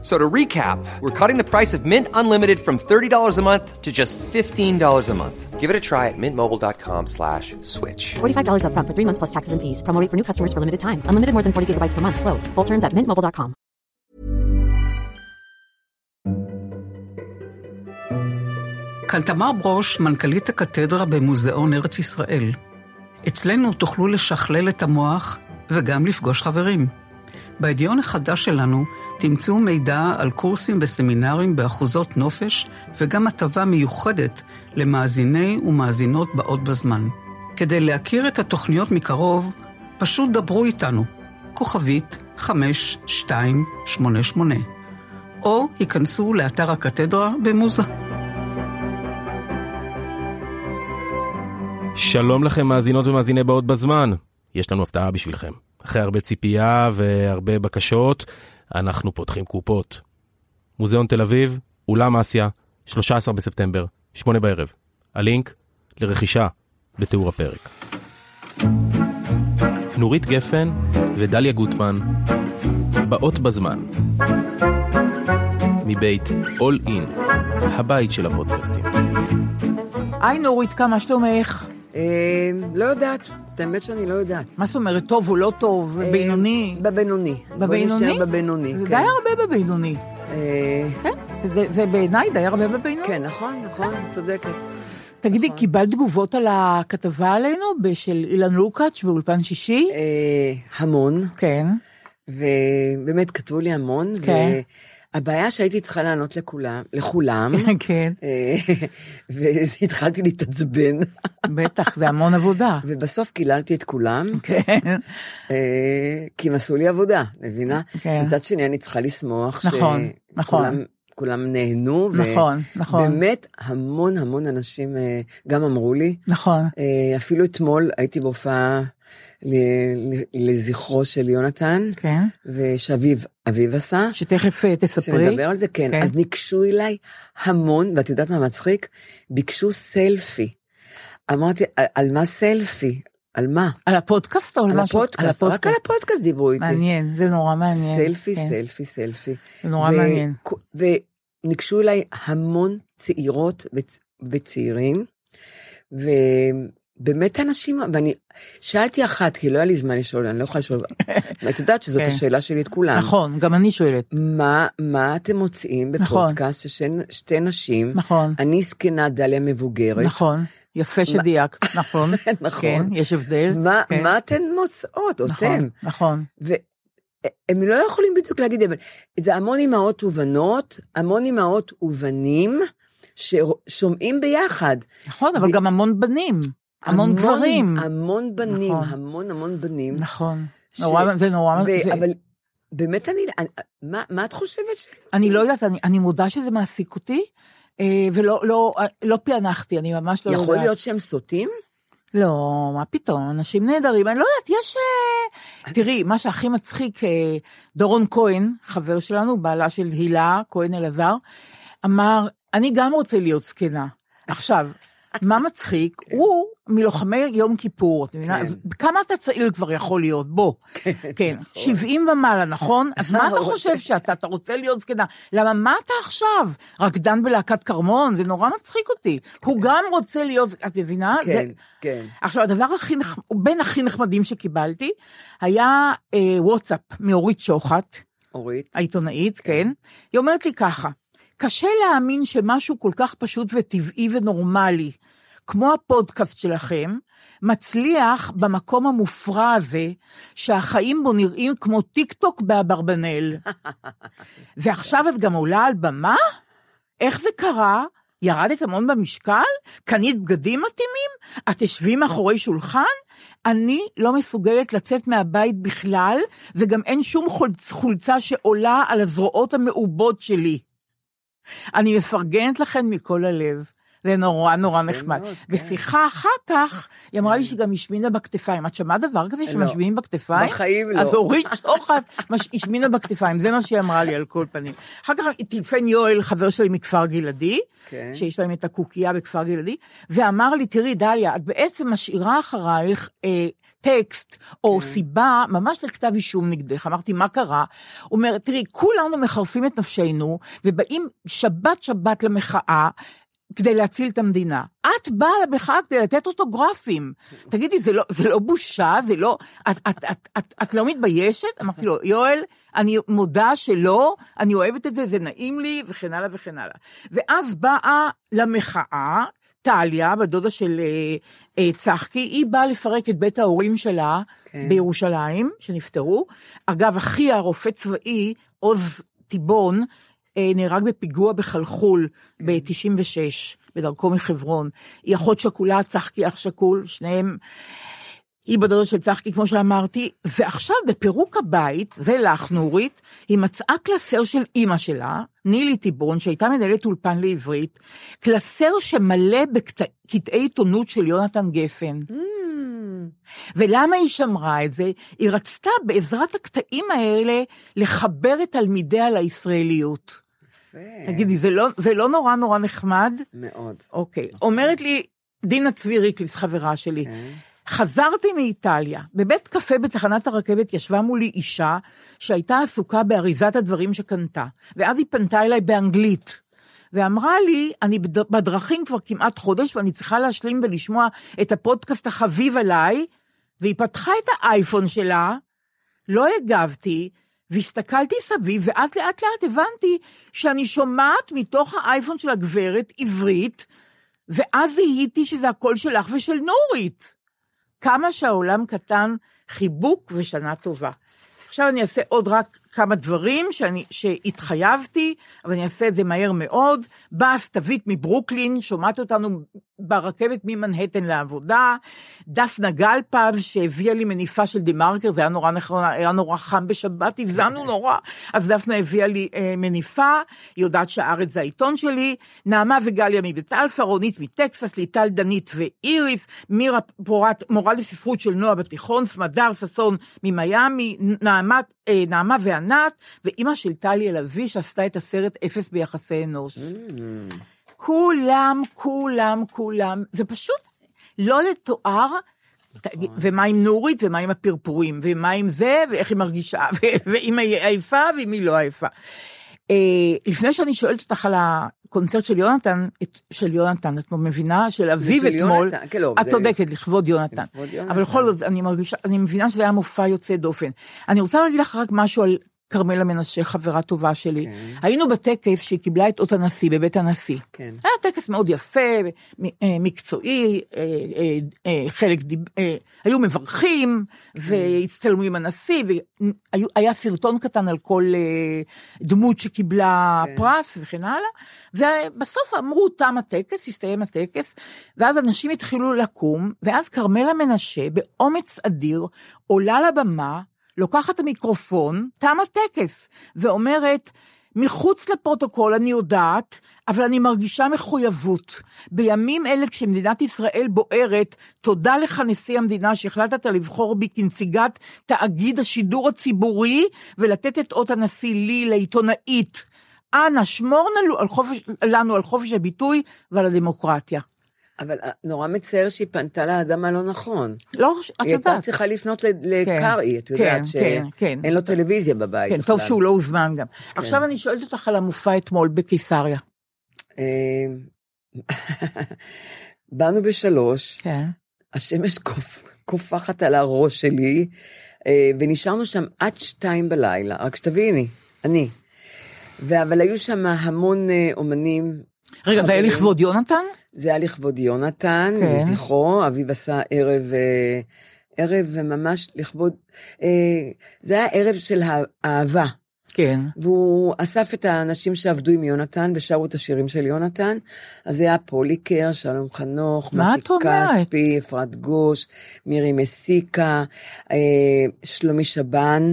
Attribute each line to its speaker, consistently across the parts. Speaker 1: So to recap, we're cutting the price of Mint Unlimited from $30 a month to just $15 a month. Give it a try at mintmobile.com slash switch.
Speaker 2: $45 upfront for three months plus taxes and fees. Promo rate for new customers for limited time. Unlimited more than 40 gigabytes per month. Slows. Full terms at mintmobile.com.
Speaker 3: כאן תמר ברוש, מנכ"לית הקתדרה במוזיאון ארץ ישראל. אצלנו תוכלו לשכלל את המוח וגם לפגוש חברים. בהדיון החדש שלנו תמצאו מידע על קורסים וסמינרים באחוזות נופש וגם הטבה מיוחדת למאזיני ומאזינות באות בזמן. כדי להכיר את התוכניות מקרוב, פשוט דברו איתנו, כוכבית 5288, או היכנסו לאתר הקתדרה במוזה.
Speaker 4: שלום לכם מאזינות ומאזיני באות בזמן. יש לנו הפתעה בשבילכם. אחרי הרבה ציפייה והרבה בקשות, אנחנו פותחים קופות. מוזיאון תל אביב, אולם אסיה, 13 בספטמבר, 8 בערב. הלינק לרכישה בתיאור הפרק. נורית גפן ודליה גוטמן, באות בזמן. מבית All In, הבית של הפודקאסטים.
Speaker 5: היי נורית, כמה שלומך?
Speaker 6: אה, לא יודעת, את האמת שאני לא יודעת.
Speaker 5: מה זאת אומרת, טוב או לא טוב,
Speaker 6: אה,
Speaker 5: בינוני?
Speaker 6: בבינוני. בוא
Speaker 5: בבינוני?
Speaker 6: נשאר בבינוני,
Speaker 5: זה די
Speaker 6: כן.
Speaker 5: הרבה בבינוני.
Speaker 6: אה,
Speaker 5: כן, זה- זה בעיניי די הרבה בבינוני.
Speaker 6: כן, נכון, נכון, את צודקת.
Speaker 5: תגידי, קיבלת תגובות על הכתבה עלינו ב- של אילן לוקאץ' באולפן שישי?
Speaker 6: אה, המון,
Speaker 5: כן.
Speaker 6: ובאמת כתבו לי המון.
Speaker 5: כן.
Speaker 6: והבעיה שהייתי צריכה לענות לכולם, לכולם,
Speaker 5: כן,
Speaker 6: אה, והתחלתי להתעצבן,
Speaker 5: בטח, זה המון עבודה.
Speaker 6: ובסוף קיללתי את כולם,
Speaker 5: כן,
Speaker 6: אה, כי הם עשו לי עבודה, מבינה?
Speaker 5: כן.
Speaker 6: מצד שני, אני צריכה לשמוח
Speaker 5: נכון, נכון.
Speaker 6: שכולם- כולם נהנו. ו-
Speaker 5: נכון, נכון,
Speaker 6: באמת המון המון אנשים אה, גם אמרו לי,
Speaker 5: נכון.
Speaker 6: אה, אפילו אתמול הייתי בהופעה ל- ל- לזכרו של יונתן,
Speaker 5: כן.
Speaker 6: ושאביב, אביב עשה,
Speaker 5: שתכף אה, תספרי.
Speaker 6: שנדבר על זה, כן.
Speaker 5: כן.
Speaker 6: אז ניגשו אליי המון, ואת יודעת מה מצחיק? ביקשו סלפי. אמרתי, "על- על מה סלפי? על מה?
Speaker 5: על הפודקאסט או על
Speaker 6: על
Speaker 5: משהו?
Speaker 6: הפודקאסט, רק על הפודקאסט דיברו איתי.
Speaker 5: מעניין, זה נורא מעניין.
Speaker 6: סלפי,
Speaker 5: כן.
Speaker 6: סלפי, סלפי.
Speaker 5: זה נורא
Speaker 6: ו-
Speaker 5: מעניין.
Speaker 6: כו- וניגשו אליי המון צעירות וצ- וצעירים, ובאמת אנשים, ואני שאלתי אחת, כי לא היה לי זמן לשאול, אני לא יכולה לשאול, את יודעת שזאת
Speaker 5: כן.
Speaker 6: השאלה שלי את כולם.
Speaker 5: נכון, גם אני שואלת.
Speaker 6: מה, מה אתם מוצאים
Speaker 5: נכון.
Speaker 6: בפודקאסט ששתי נשים,
Speaker 5: נכון.
Speaker 6: אני זקנה דליה מבוגרת,
Speaker 5: נכון, יפה שדייקת, נכון.
Speaker 6: נכון.
Speaker 5: כן, יש הבדל.
Speaker 6: מה,
Speaker 5: כן.
Speaker 6: מה אתן מוצאות,
Speaker 5: נכון,
Speaker 6: אתם?
Speaker 5: נכון,
Speaker 6: והם לא יכולים בדיוק להגיד, אבל זה המון אימהות ובנות, המון אימהות ובנים, ששומעים ביחד.
Speaker 5: נכון, אבל
Speaker 6: ו-
Speaker 5: גם המון בנים, המון גברים.
Speaker 6: המון בנים,
Speaker 5: נכון.
Speaker 6: המון המון בנים.
Speaker 5: נכון,
Speaker 6: ש-
Speaker 5: נורא- זה נורא,
Speaker 6: ו-
Speaker 5: זה-
Speaker 6: אבל באמת אני, אני- מה, מה את חושבת ש...
Speaker 5: אני לא יודעת, אני- אני מודה שזה מעסיק אותי, אה, ולא לא- אה, לא פענחתי, אני ממש לא יודעת.
Speaker 6: יכול להיות שהם סוטים?
Speaker 5: לא, מה פתאום, אנשים נהדרים, אני לא יודעת, יש... אה, תראי, מה שהכי מצחיק, אה, דורון כהן, חבר שלנו, בעלה של הילה כהן אלעזר, אמר, אני גם רוצה להיות זקנה. עכשיו, מה מצחיק? הוא מלוחמי יום כיפור, את מבינה?
Speaker 6: כן.
Speaker 5: אז כמה אתה צעיר כבר יכול להיות? בוא. כן, 70 ומעלה, נכון? אז מה אתה
Speaker 6: הוא
Speaker 5: חושב שאתה, אתה רוצה להיות זקנה? למה, מה אתה עכשיו? רקדן בלהקת קרמון? זה נורא מצחיק אותי. הוא גם רוצה להיות, את מבינה? זה-
Speaker 6: כן, כן.
Speaker 5: עכשיו, הדבר הכי נחמד, בין הכי נחמדים שקיבלתי, היה אה, וואטסאפ מאורית שוחט,
Speaker 6: אורית,
Speaker 5: העיתונאית, כן? היא אומרת לי ככה, קשה להאמין שמשהו כל כך פשוט וטבעי ונורמלי, כמו הפודקאסט שלכם, מצליח במקום המופרע הזה, שהחיים בו נראים כמו טיק טוק באברבנל. ועכשיו את גם עולה על במה? איך זה קרה? ירדת המון במשקל? קנית בגדים מתאימים? את תשבי מאחורי שולחן? אני לא מסוגלת לצאת מהבית בכלל, וגם אין שום חולצ- חולצה שעולה על הזרועות המעובות שלי. אני מפרגנת לכן מכל הלב. זה נורא נורא נחמד.
Speaker 6: מאוד, כן.
Speaker 5: בשיחה אחר כך, היא אמרה לי שהיא גם השמינה בכתפיים. את שמעת דבר
Speaker 6: לא.
Speaker 5: כזה שמשמינים בכתפיים?
Speaker 6: בחיים לא.
Speaker 5: אז אורית שוחט מש- השמינה בכתפיים, זה מה שהיא אמרה לי על כל פנים. אחר כך טילפן יואל, חבר שלי מכפר גלעדי,
Speaker 6: כן.
Speaker 5: שיש להם את הקוקייה בכפר גלעדי, ואמר לי, תראי, דליה, את בעצם משאירה אחרייך אה, טקסט או
Speaker 6: כן.
Speaker 5: סיבה ממש לכתב אישום נגדך. אמרתי, מה קרה? הוא אומר, תראי, כולנו מחרפים את נפשנו, ובאים שבת-שבת למחאה. כדי להציל את המדינה. את באה למחאה כדי לתת אוטוגרפים. תגידי, זה לא, זה לא בושה? זה לא... את, את, את, את, את לא מתביישת? אמרתי לו, יואל, אני מודה שלא, אני אוהבת את זה, זה נעים לי, וכן הלאה וכן הלאה. ואז באה למחאה, טליה, בת דודה של אה, אה, צחקי, היא באה לפרק את בית ההורים שלה
Speaker 6: כן.
Speaker 5: כן. בירושלים, שנפטרו. אגב, אחיה, רופא צבאי, עוז טיבון, אה, נהרג בפיגוע בחלחול ב-96, בדרכו מחברון. היא אחות שכולה, צחקי אח שכול, שניהם היא בדודה של צחקי, כמו שאמרתי, ועכשיו בפירוק הבית, זה לך, נורית, היא מצאה קלסר של אימא שלה, נילי טיבון, שהייתה מנהלת אולפן לעברית, קלסר שמלא בקטעי עיתונות של יונתן גפן. ולמה היא שמרה את זה? היא רצתה בעזרת הקטעים האלה לחבר את תלמידיה לישראליות.
Speaker 6: יפה.
Speaker 5: תגידי, זה לא, זה לא נורא נורא נחמד?
Speaker 6: מאוד.
Speaker 5: אוקיי. אומרת לי דינה צבי ריקליס, חברה שלי,
Speaker 6: כן.
Speaker 5: חזרתי מאיטליה. בבית קפה בתחנת הרכבת ישבה מולי אישה שהייתה עסוקה באריזת הדברים שקנתה, ואז היא פנתה אליי באנגלית. ואמרה לי, אני בד- בדרכים כבר כמעט חודש ואני צריכה להשלים ולשמוע את הפודקאסט החביב עליי, והיא פתחה את האייפון שלה, לא הגבתי, והסתכלתי סביב, ואז לאט לאט הבנתי שאני שומעת מתוך האייפון של הגברת עברית, ואז זיהיתי שזה הקול שלך ושל נורית. כמה שהעולם קטן, חיבוק ושנה טובה. עכשיו אני אעשה עוד רק כמה דברים שאני, שהתחייבתי, אבל אני אעשה את זה מהר מאוד. באה סתווית מברוקלין, שומעת אותנו ברכבת ממנהטן לעבודה. דפנה גלפז, שהביאה לי מניפה של דה מרקר, זה היה נורא נכון, היה נורא חם בשבת, הזענו נורא, אז דפנה הביאה לי אה, מניפה, היא יודעת שהארץ זה העיתון שלי. נעמה וגליה מבית אלפא, רונית מטקסס, ליטל דנית ואיריס, מירה פורט, מורה לספרות של נועה בתיכון, סמדר ששון ממיאמי, נעמת, אה, נעמה וענת, ואימא של טלי לביא שעשתה את הסרט אפס ביחסי אנוש. כולם, כולם, כולם, זה פשוט לא לתואר.
Speaker 6: נכון.
Speaker 5: תגיד, ומה עם נורית, ומה עם הפרפורים, ומה עם זה, ואיך היא מרגישה, ו- ואם היא עייפה, ואם היא לא עייפה. אה, לפני שאני שואלת אותך על הקונצרט של יונתן, את- של יונתן, את מבינה? של אביו
Speaker 6: של
Speaker 5: אתמול.
Speaker 6: יונתן, כן, לא,
Speaker 5: את
Speaker 6: זה-
Speaker 5: צודקת, לכבוד יונתן.
Speaker 6: לכבוד יונתן.
Speaker 5: אבל בכל זאת, אני מרגישה, אני מבינה שזה היה מופע יוצא דופן. אני רוצה להגיד לך רק משהו על כרמלה מנשה, חברה טובה שלי. היינו בטקס שהיא קיבלה את אות הנשיא, בבית הנשיא.
Speaker 6: כן.
Speaker 5: היה טקס מאוד יפה, מ- אה, מקצועי, אה, אה, אה, חלק, דיב- אה, היו מברכים, והצטלמו עם הנשיא, והיה סרטון קטן על כל אה, דמות שקיבלה פרס וכן הלאה, ובסוף אמרו, תם הטקס, הסתיים הטקס, ואז אנשים התחילו לקום, ואז כרמלה מנשה, באומץ אדיר, עולה לבמה, לוקחת את המיקרופון, תם הטקס, ואומרת, מחוץ לפרוטוקול אני יודעת, אבל אני מרגישה מחויבות. בימים אלה כשמדינת ישראל בוערת, תודה לך נשיא המדינה שהחלטת לבחור בי כנציגת תאגיד השידור הציבורי ולתת את אות הנשיא לי לעיתונאית. אנא, שמור לנו על חופש, לנו על חופש הביטוי ועל הדמוקרטיה.
Speaker 6: אבל אה, נורא מצער שהיא פנתה לאדם הלא נכון.
Speaker 5: לא, את
Speaker 6: היא הייתה
Speaker 5: יודעת.
Speaker 6: צריכה לפנות ל- לקרעי, את
Speaker 5: כן,
Speaker 6: יודעת
Speaker 5: כן, כן.
Speaker 6: שאין לו טלוויזיה בבית.
Speaker 5: כן, טוב
Speaker 6: בכלל. כן.
Speaker 5: שהוא לא הוזמן גם. עכשיו אני שואלת אותך על המופע אתמול בקיסריה.
Speaker 6: אה, אמ, באנו בשלוש,
Speaker 5: כן.
Speaker 6: השמש קופ- קופחת על הראש שלי, אה, ונשארנו שם עד שתיים בלילה, רק שתביני, אני. ו- אבל היו שם המון אה, אומנים.
Speaker 5: רגע, זה היה
Speaker 6: חברים.
Speaker 5: לכבוד יונתן?
Speaker 6: זה היה לכבוד יונתן,
Speaker 5: כן.
Speaker 6: לזכרו, אביב עשה ערב, אה, ערב ממש לכבוד, אה, זה היה ערב של הא- אהבה,
Speaker 5: כן.
Speaker 6: והוא אסף את האנשים שעבדו עם יונתן ושרו את השירים של יונתן, אז זה היה פוליקר, שלום חנוך,
Speaker 5: מה
Speaker 6: מתי
Speaker 5: את אומרת?
Speaker 6: כספי, אפרת גוש, מירי מסיקה, אה, שלומי שבן,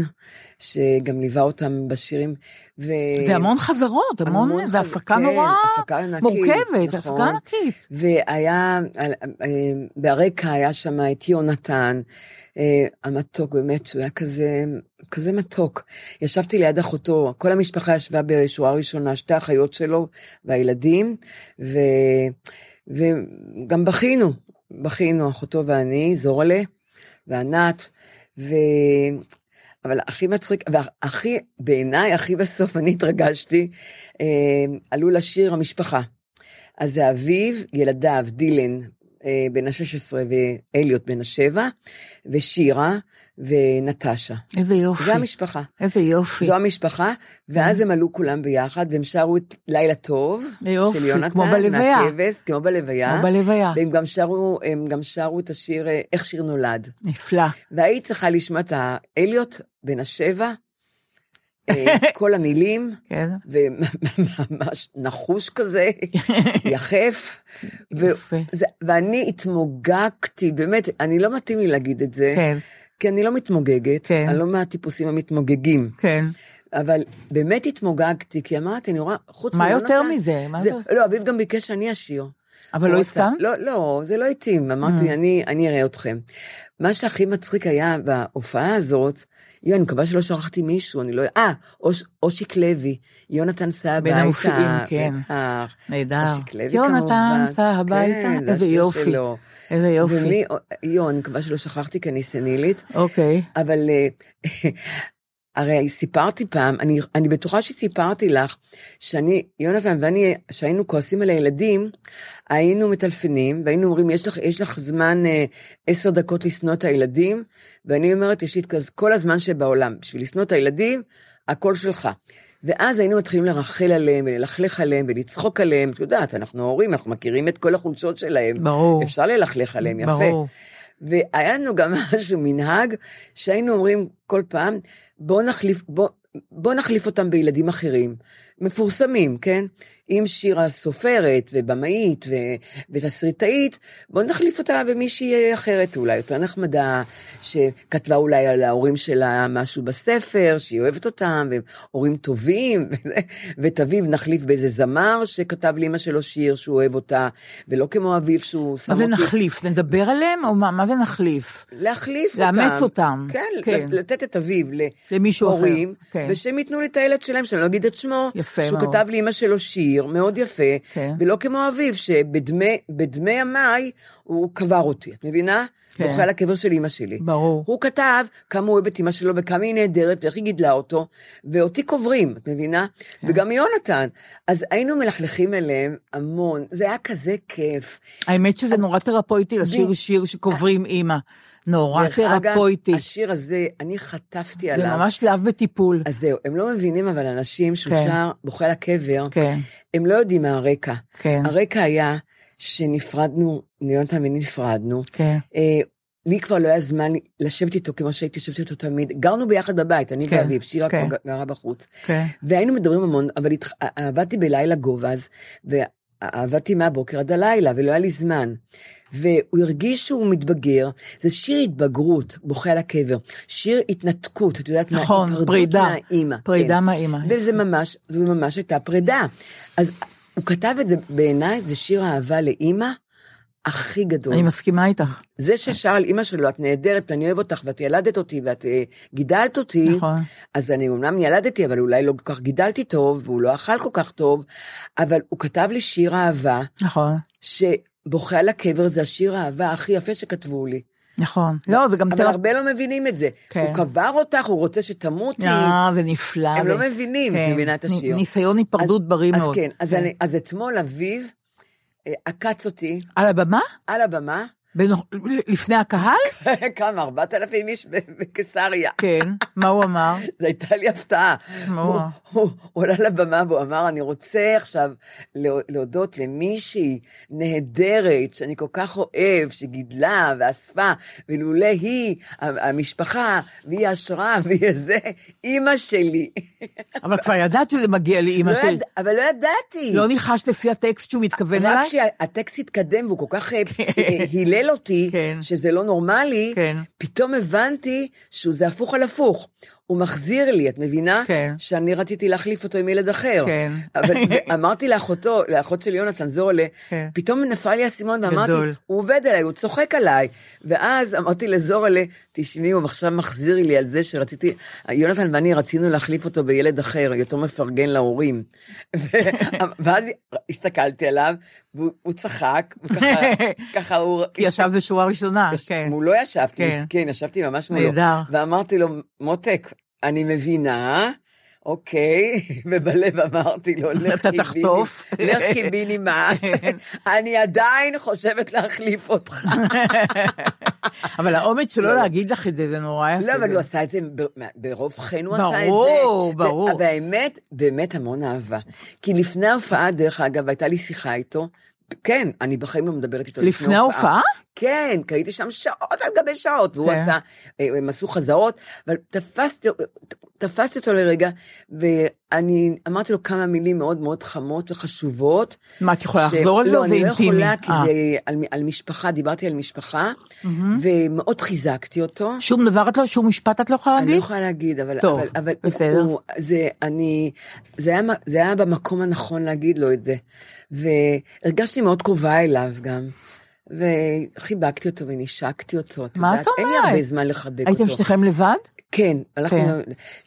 Speaker 6: שגם ליווה אותם בשירים. ו...
Speaker 5: זה המון חזרות, המון,
Speaker 6: אה, המון
Speaker 5: זה
Speaker 6: חז-
Speaker 5: הפקה
Speaker 6: כן,
Speaker 5: נורא
Speaker 6: הפקה ענקית,
Speaker 5: מורכבת,
Speaker 6: נכון.
Speaker 5: הפקה ענקית.
Speaker 6: והיה, על- אה, ברקע היה שם את יונתן, אה, המתוק, באמת, שהוא היה כזה, כזה מתוק. ישבתי ליד אחותו, כל המשפחה ישבה בשורה ראשונה, שתי האחיות שלו והילדים, ו, וגם בכינו, בכינו, אחותו ואני, זורלה וענת, ו... אבל הכי מצחיק, והכי, בעיניי, הכי בסוף, אני התרגשתי, אה, עלו לשיר המשפחה. אז זה אביו, ילדיו, דילן אה, בן ה-16 ואליוט בן ה-7, ושירה ונטשה.
Speaker 5: איזה יופי,
Speaker 6: זה המשפחה.
Speaker 5: איזה יופי.
Speaker 6: זו המשפחה, ואז
Speaker 5: אה.
Speaker 6: הם עלו כולם ביחד, והם שרו את לילה טוב,
Speaker 5: יופי,
Speaker 6: של יונתן,
Speaker 5: כמו בלוויה.
Speaker 6: מהכבש, כמו בלוויה.
Speaker 5: כמו בלוויה.
Speaker 6: והם גם שרו, הם גם שרו את השיר אה, "איך שיר נולד".
Speaker 5: נפלא.
Speaker 6: והיית צריכה לשמוע את האליוט בן השבע, אה, כל המילים,
Speaker 5: כן.
Speaker 6: וממש נחוש כזה, יחף. ו-
Speaker 5: יפה.
Speaker 6: זה- ואני התמוגגתי, באמת, אני לא מתאים לי להגיד את זה,
Speaker 5: כן,
Speaker 6: כי אני לא מתמוגגת,
Speaker 5: כן.
Speaker 6: אני לא מהטיפוסים המתמוגגים,
Speaker 5: כן.
Speaker 6: אבל באמת התמוגגתי, כי אמרתי, אני רואה, חוץ
Speaker 5: מה
Speaker 6: מיונתן,
Speaker 5: יותר מזה? מה יותר?
Speaker 6: לא, אביב גם ביקש שאני אשיר.
Speaker 5: אבל לא
Speaker 6: הוא רצה.
Speaker 5: הסכמת? אה.
Speaker 6: לא, לא, זה לא התאים, אמרתי, אני, אני אראה אתכם. מה שהכי מצחיק היה בהופעה הזאת, יואו, אני מקווה שלא שכחתי מישהו, אני לא... אה, אוש, אושיק לוי, יונתן סבא.
Speaker 5: בין המופיעים, כן.
Speaker 6: בטח.
Speaker 5: נהדר.
Speaker 6: אושיק לוי
Speaker 5: יונתן,
Speaker 6: כמובן.
Speaker 5: סע הביתה,
Speaker 6: כן, זה
Speaker 5: איזה
Speaker 6: השיר
Speaker 5: יופי.
Speaker 6: שלו.
Speaker 5: איזה יופי.
Speaker 6: ומי, יואו, אני מקווה שלא שכחתי כי אני סנילית,
Speaker 5: אוקיי.
Speaker 6: אבל אה, הרי סיפרתי פעם, אני, אני בטוחה שסיפרתי לך, שאני, יונתן ואני, שהיינו כועסים על הילדים, היינו מטלפנים, והיינו אומרים, יש לך, יש לך זמן אה, עשר דקות לשנוא את הילדים, ואני אומרת, יש לי את כז- כל הזמן שבעולם, בשביל לשנוא את הילדים, הכל שלך. ואז היינו מתחילים לרחל עליהם, וללכלך עליהם, ולצחוק עליהם, את יודעת, אנחנו הורים, אנחנו מכירים את כל החולשות שלהם.
Speaker 5: ברור.
Speaker 6: אפשר ללכלך עליהם, יפה.
Speaker 5: ברור.
Speaker 6: והיה לנו גם משהו, מנהג, שהיינו אומרים כל פעם, בוא נחליף, בוא, בוא נחליף אותם בילדים אחרים, מפורסמים, כן? אם שירה סופרת ובמאית ו, ותסריטאית, בוא נחליף אותה במישהי אחרת, אולי יותר נחמדה, שכתבה אולי על ההורים שלה משהו בספר, שהיא אוהבת אותם, והם הורים טובים, וזה, ואת אביו נחליף באיזה זמר שכתב לאמא שלו שיר שהוא אוהב אותה, ולא כמו אביו שהוא שם
Speaker 5: מה זה נכון.
Speaker 6: אותי
Speaker 5: נחליף? נדבר עליהם? או מה מה זה נחליף?
Speaker 6: להחליף אותם.
Speaker 5: לאמץ אותם.
Speaker 6: כן,
Speaker 5: כן.
Speaker 6: כן. לתת את אביו ל-
Speaker 5: למישהו אחר,
Speaker 6: הורים,
Speaker 5: כן.
Speaker 6: ושהם ייתנו לי את הילד שלהם, שאני לא אגיד את שמו.
Speaker 5: יפה
Speaker 6: שהוא
Speaker 5: מאוד.
Speaker 6: כתב לאמא שלו שיר מאוד יפה,
Speaker 5: כן.
Speaker 6: ולא כמו אביו, שבדמי בדמי ימיי הוא קבר אותי, את מבינה?
Speaker 5: כן.
Speaker 6: בוכה על הקבר של אמא שלי.
Speaker 5: ברור.
Speaker 6: הוא כתב כמה הוא אוהב את אמא שלו, וכמה היא נהדרת, ואיך היא גידלה אותו, ואותי קוברים, את מבינה?
Speaker 5: כן.
Speaker 6: וגם יונתן. אז היינו מלכלכים אליהם המון, זה היה כזה כיף.
Speaker 5: האמת שזה נורא תרפויטי לשיר
Speaker 6: ב-
Speaker 5: שיר שקוברים אימא. נורא
Speaker 6: דרך אגב,
Speaker 5: תרפויטי.
Speaker 6: השיר הזה, אני חטפתי
Speaker 5: זה
Speaker 6: עליו.
Speaker 5: ממש לאו בטיפול.
Speaker 6: אז זהו, הם לא מבינים, אבל אנשים שהוא
Speaker 5: כן.
Speaker 6: שר בוכה על הקבר,
Speaker 5: כן.
Speaker 6: הם לא יודעים מה הרקע.
Speaker 5: כן.
Speaker 6: הרקע היה שנפרדנו, יונתן ואני נפרדנו.
Speaker 5: כן.
Speaker 6: אה, לי כבר לא היה זמן לשבת איתו כמו שהייתי יושבת איתו תמיד. גרנו ביחד בבית, אני
Speaker 5: כן,
Speaker 6: ואביב, שירה
Speaker 5: כן.
Speaker 6: כבר גרה בחוץ.
Speaker 5: כן.
Speaker 6: והיינו מדברים המון, אבל התח... אה, עבדתי בלילה גובה אז, ועבדתי מהבוקר עד הלילה, ולא היה לי זמן. והוא הרגיש שהוא מתבגר, זה שיר התבגרות, בוכה על הקבר, שיר התנתקות, את יודעת,
Speaker 5: נכון,
Speaker 6: מההיפרדות
Speaker 5: פרידה.
Speaker 6: מהאימא. כן.
Speaker 5: פרידה מהאימא.
Speaker 6: וזה ממש, זו ממש הייתה פרידה. אז הוא כתב את זה, בעיניי זה שיר אהבה לאימא הכי גדול.
Speaker 5: אני מסכימה איתך.
Speaker 6: זה ששר על אימא שלו, את נהדרת, ואני אוהב אותך, ואת ילדת אותי, ואת אה, גידלת אותי,
Speaker 5: נכון.
Speaker 6: אז אני אומנם ילדתי, אבל אולי לא כל כך גידלתי טוב, והוא לא אכל כל כך טוב, אבל הוא כתב לי שיר אהבה,
Speaker 5: נכון.
Speaker 6: שבוכה על הקבר זה השיר האהבה הכי יפה שכתבו לי.
Speaker 5: נכון. לא, זה גם
Speaker 6: אבל הרבה לא מבינים את זה.
Speaker 5: כן.
Speaker 6: הוא קבר אותך, הוא רוצה שתמותי.
Speaker 5: אה, זה נפלא.
Speaker 6: הם לא
Speaker 5: זה-
Speaker 6: מבינים,
Speaker 5: כן.
Speaker 6: את מבינה את
Speaker 5: נ-
Speaker 6: השיר.
Speaker 5: ניסיון היפרדות
Speaker 6: אז-
Speaker 5: בריא
Speaker 6: אז
Speaker 5: מאוד.
Speaker 6: כן, אז אני- אז אתמול אביו אה, עקץ אותי
Speaker 5: על הבמה?
Speaker 6: על הבמה,
Speaker 5: בנוכ- לפני הקהל?
Speaker 6: כמה, 4,000 איש ב- בקיסריה.
Speaker 5: כן. מה הוא אמר?
Speaker 6: זו הייתה לי הפתעה.
Speaker 5: מה
Speaker 6: הוא-
Speaker 5: הוא?
Speaker 6: הוא הוא עלה לבמה והוא אמר, אני רוצה עכשיו להו- להודות למישהי נהדרת, שאני כל כך אוהב, שגידלה ואספה, ולולא היא, ה- המשפחה, והיא ההשראה, והיא זה, אימא שלי.
Speaker 5: אבל כבר ידעת שזה מגיע לאימא
Speaker 6: לא
Speaker 5: שלי.
Speaker 6: יד- אבל לא ידעתי.
Speaker 5: לא ניחשת לפי הטקסט שהוא מתכוון
Speaker 6: רק
Speaker 5: אליי?
Speaker 6: כשהטקסט התקדם והוא כל כך אה, אה, הלל אותי,
Speaker 5: כן.
Speaker 6: שזה לא נורמלי,
Speaker 5: כן.
Speaker 6: פתאום הבנתי שזה הפוך על הפוך. הוא מחזיר לי, את מבינה?
Speaker 5: כן.
Speaker 6: שאני רציתי להחליף אותו עם ילד אחר.
Speaker 5: כן.
Speaker 6: אבל אמרתי לאחותו, לאחות של יונתן זורלה,
Speaker 5: כן.
Speaker 6: פתאום נפל לי האסימון ואמרתי,
Speaker 5: גדול.
Speaker 6: הוא עובד עליי, הוא צוחק עליי. ואז אמרתי לזורלה, תשמעי, הוא עכשיו מחזיר לי על זה שרציתי, יונתן ואני רצינו להחליף אותו בילד אחר, יותר מפרגן להורים. ו- ואז הסתכלתי עליו, והוא הוא צחק, הוא ככה, ככה הוא...
Speaker 5: ישב בשורה ראשונה,
Speaker 6: יש- לא
Speaker 5: כן.
Speaker 6: מולו ישבתי,
Speaker 5: כן.
Speaker 6: מסכן, ישבתי ממש מולו.
Speaker 5: נהדר.
Speaker 6: ואמרתי לו, מותק, אני מבינה, אוקיי, ובלב אמרתי לו, לך
Speaker 5: אתה
Speaker 6: קיביני,
Speaker 5: תחטוף."
Speaker 6: לך קיביני מה,
Speaker 5: כן.
Speaker 6: אני עדיין חושבת להחליף אותך.
Speaker 5: אבל האומץ שלו
Speaker 6: לא.
Speaker 5: להגיד לך את זה, זה נורא יפה.
Speaker 6: לא, אבל הוא עשה את זה, ב- ברוב חן הוא עשה את זה.
Speaker 5: ברור,
Speaker 6: ו-
Speaker 5: ברור.
Speaker 6: אבל האמת, באמת המון אהבה. כי לפני ההופעה, דרך אגב, הייתה לי שיחה איתו, כן, אני בחיים לא מדברת איתו
Speaker 5: לפני ההופעה?
Speaker 6: כן, כי הייתי שם שעות על גבי שעות, והוא
Speaker 5: כן.
Speaker 6: עשה, אה, הם עשו חזרות, אבל תפסתי, תפסתי אותו לרגע, ואני אמרתי לו כמה מילים מאוד מאוד חמות וחשובות.
Speaker 5: מה, את יכולה
Speaker 6: ש-
Speaker 5: לחזור על זה או
Speaker 6: לא,
Speaker 5: זה
Speaker 6: אני לא
Speaker 5: אינטימי?
Speaker 6: יכולה, כי
Speaker 5: אה.
Speaker 6: זה על, על משפחה, דיברתי על משפחה, ומאוד חיזקתי אותו.
Speaker 5: שום דבר את לא, שום משפט את לא יכולה
Speaker 6: אני לא
Speaker 5: להגיד?
Speaker 6: יכולה להגיד, אבל...
Speaker 5: טוב,
Speaker 6: אבל, אבל
Speaker 5: בסדר.
Speaker 6: הוא, זה, אני, זה, היה, מ- זה היה במקום הנכון להגיד לו את זה. והרגשתי מאוד קרובה אליו גם. וחיבקתי אותו ונשקתי אותו. את
Speaker 5: מה
Speaker 6: יודעת,
Speaker 5: את
Speaker 6: אין לי
Speaker 5: אומרת?
Speaker 6: הרבה זמן לחבק
Speaker 5: הייתם
Speaker 6: אותו.
Speaker 5: שניכם לבד?
Speaker 6: כן, הלכנו...
Speaker 5: כן.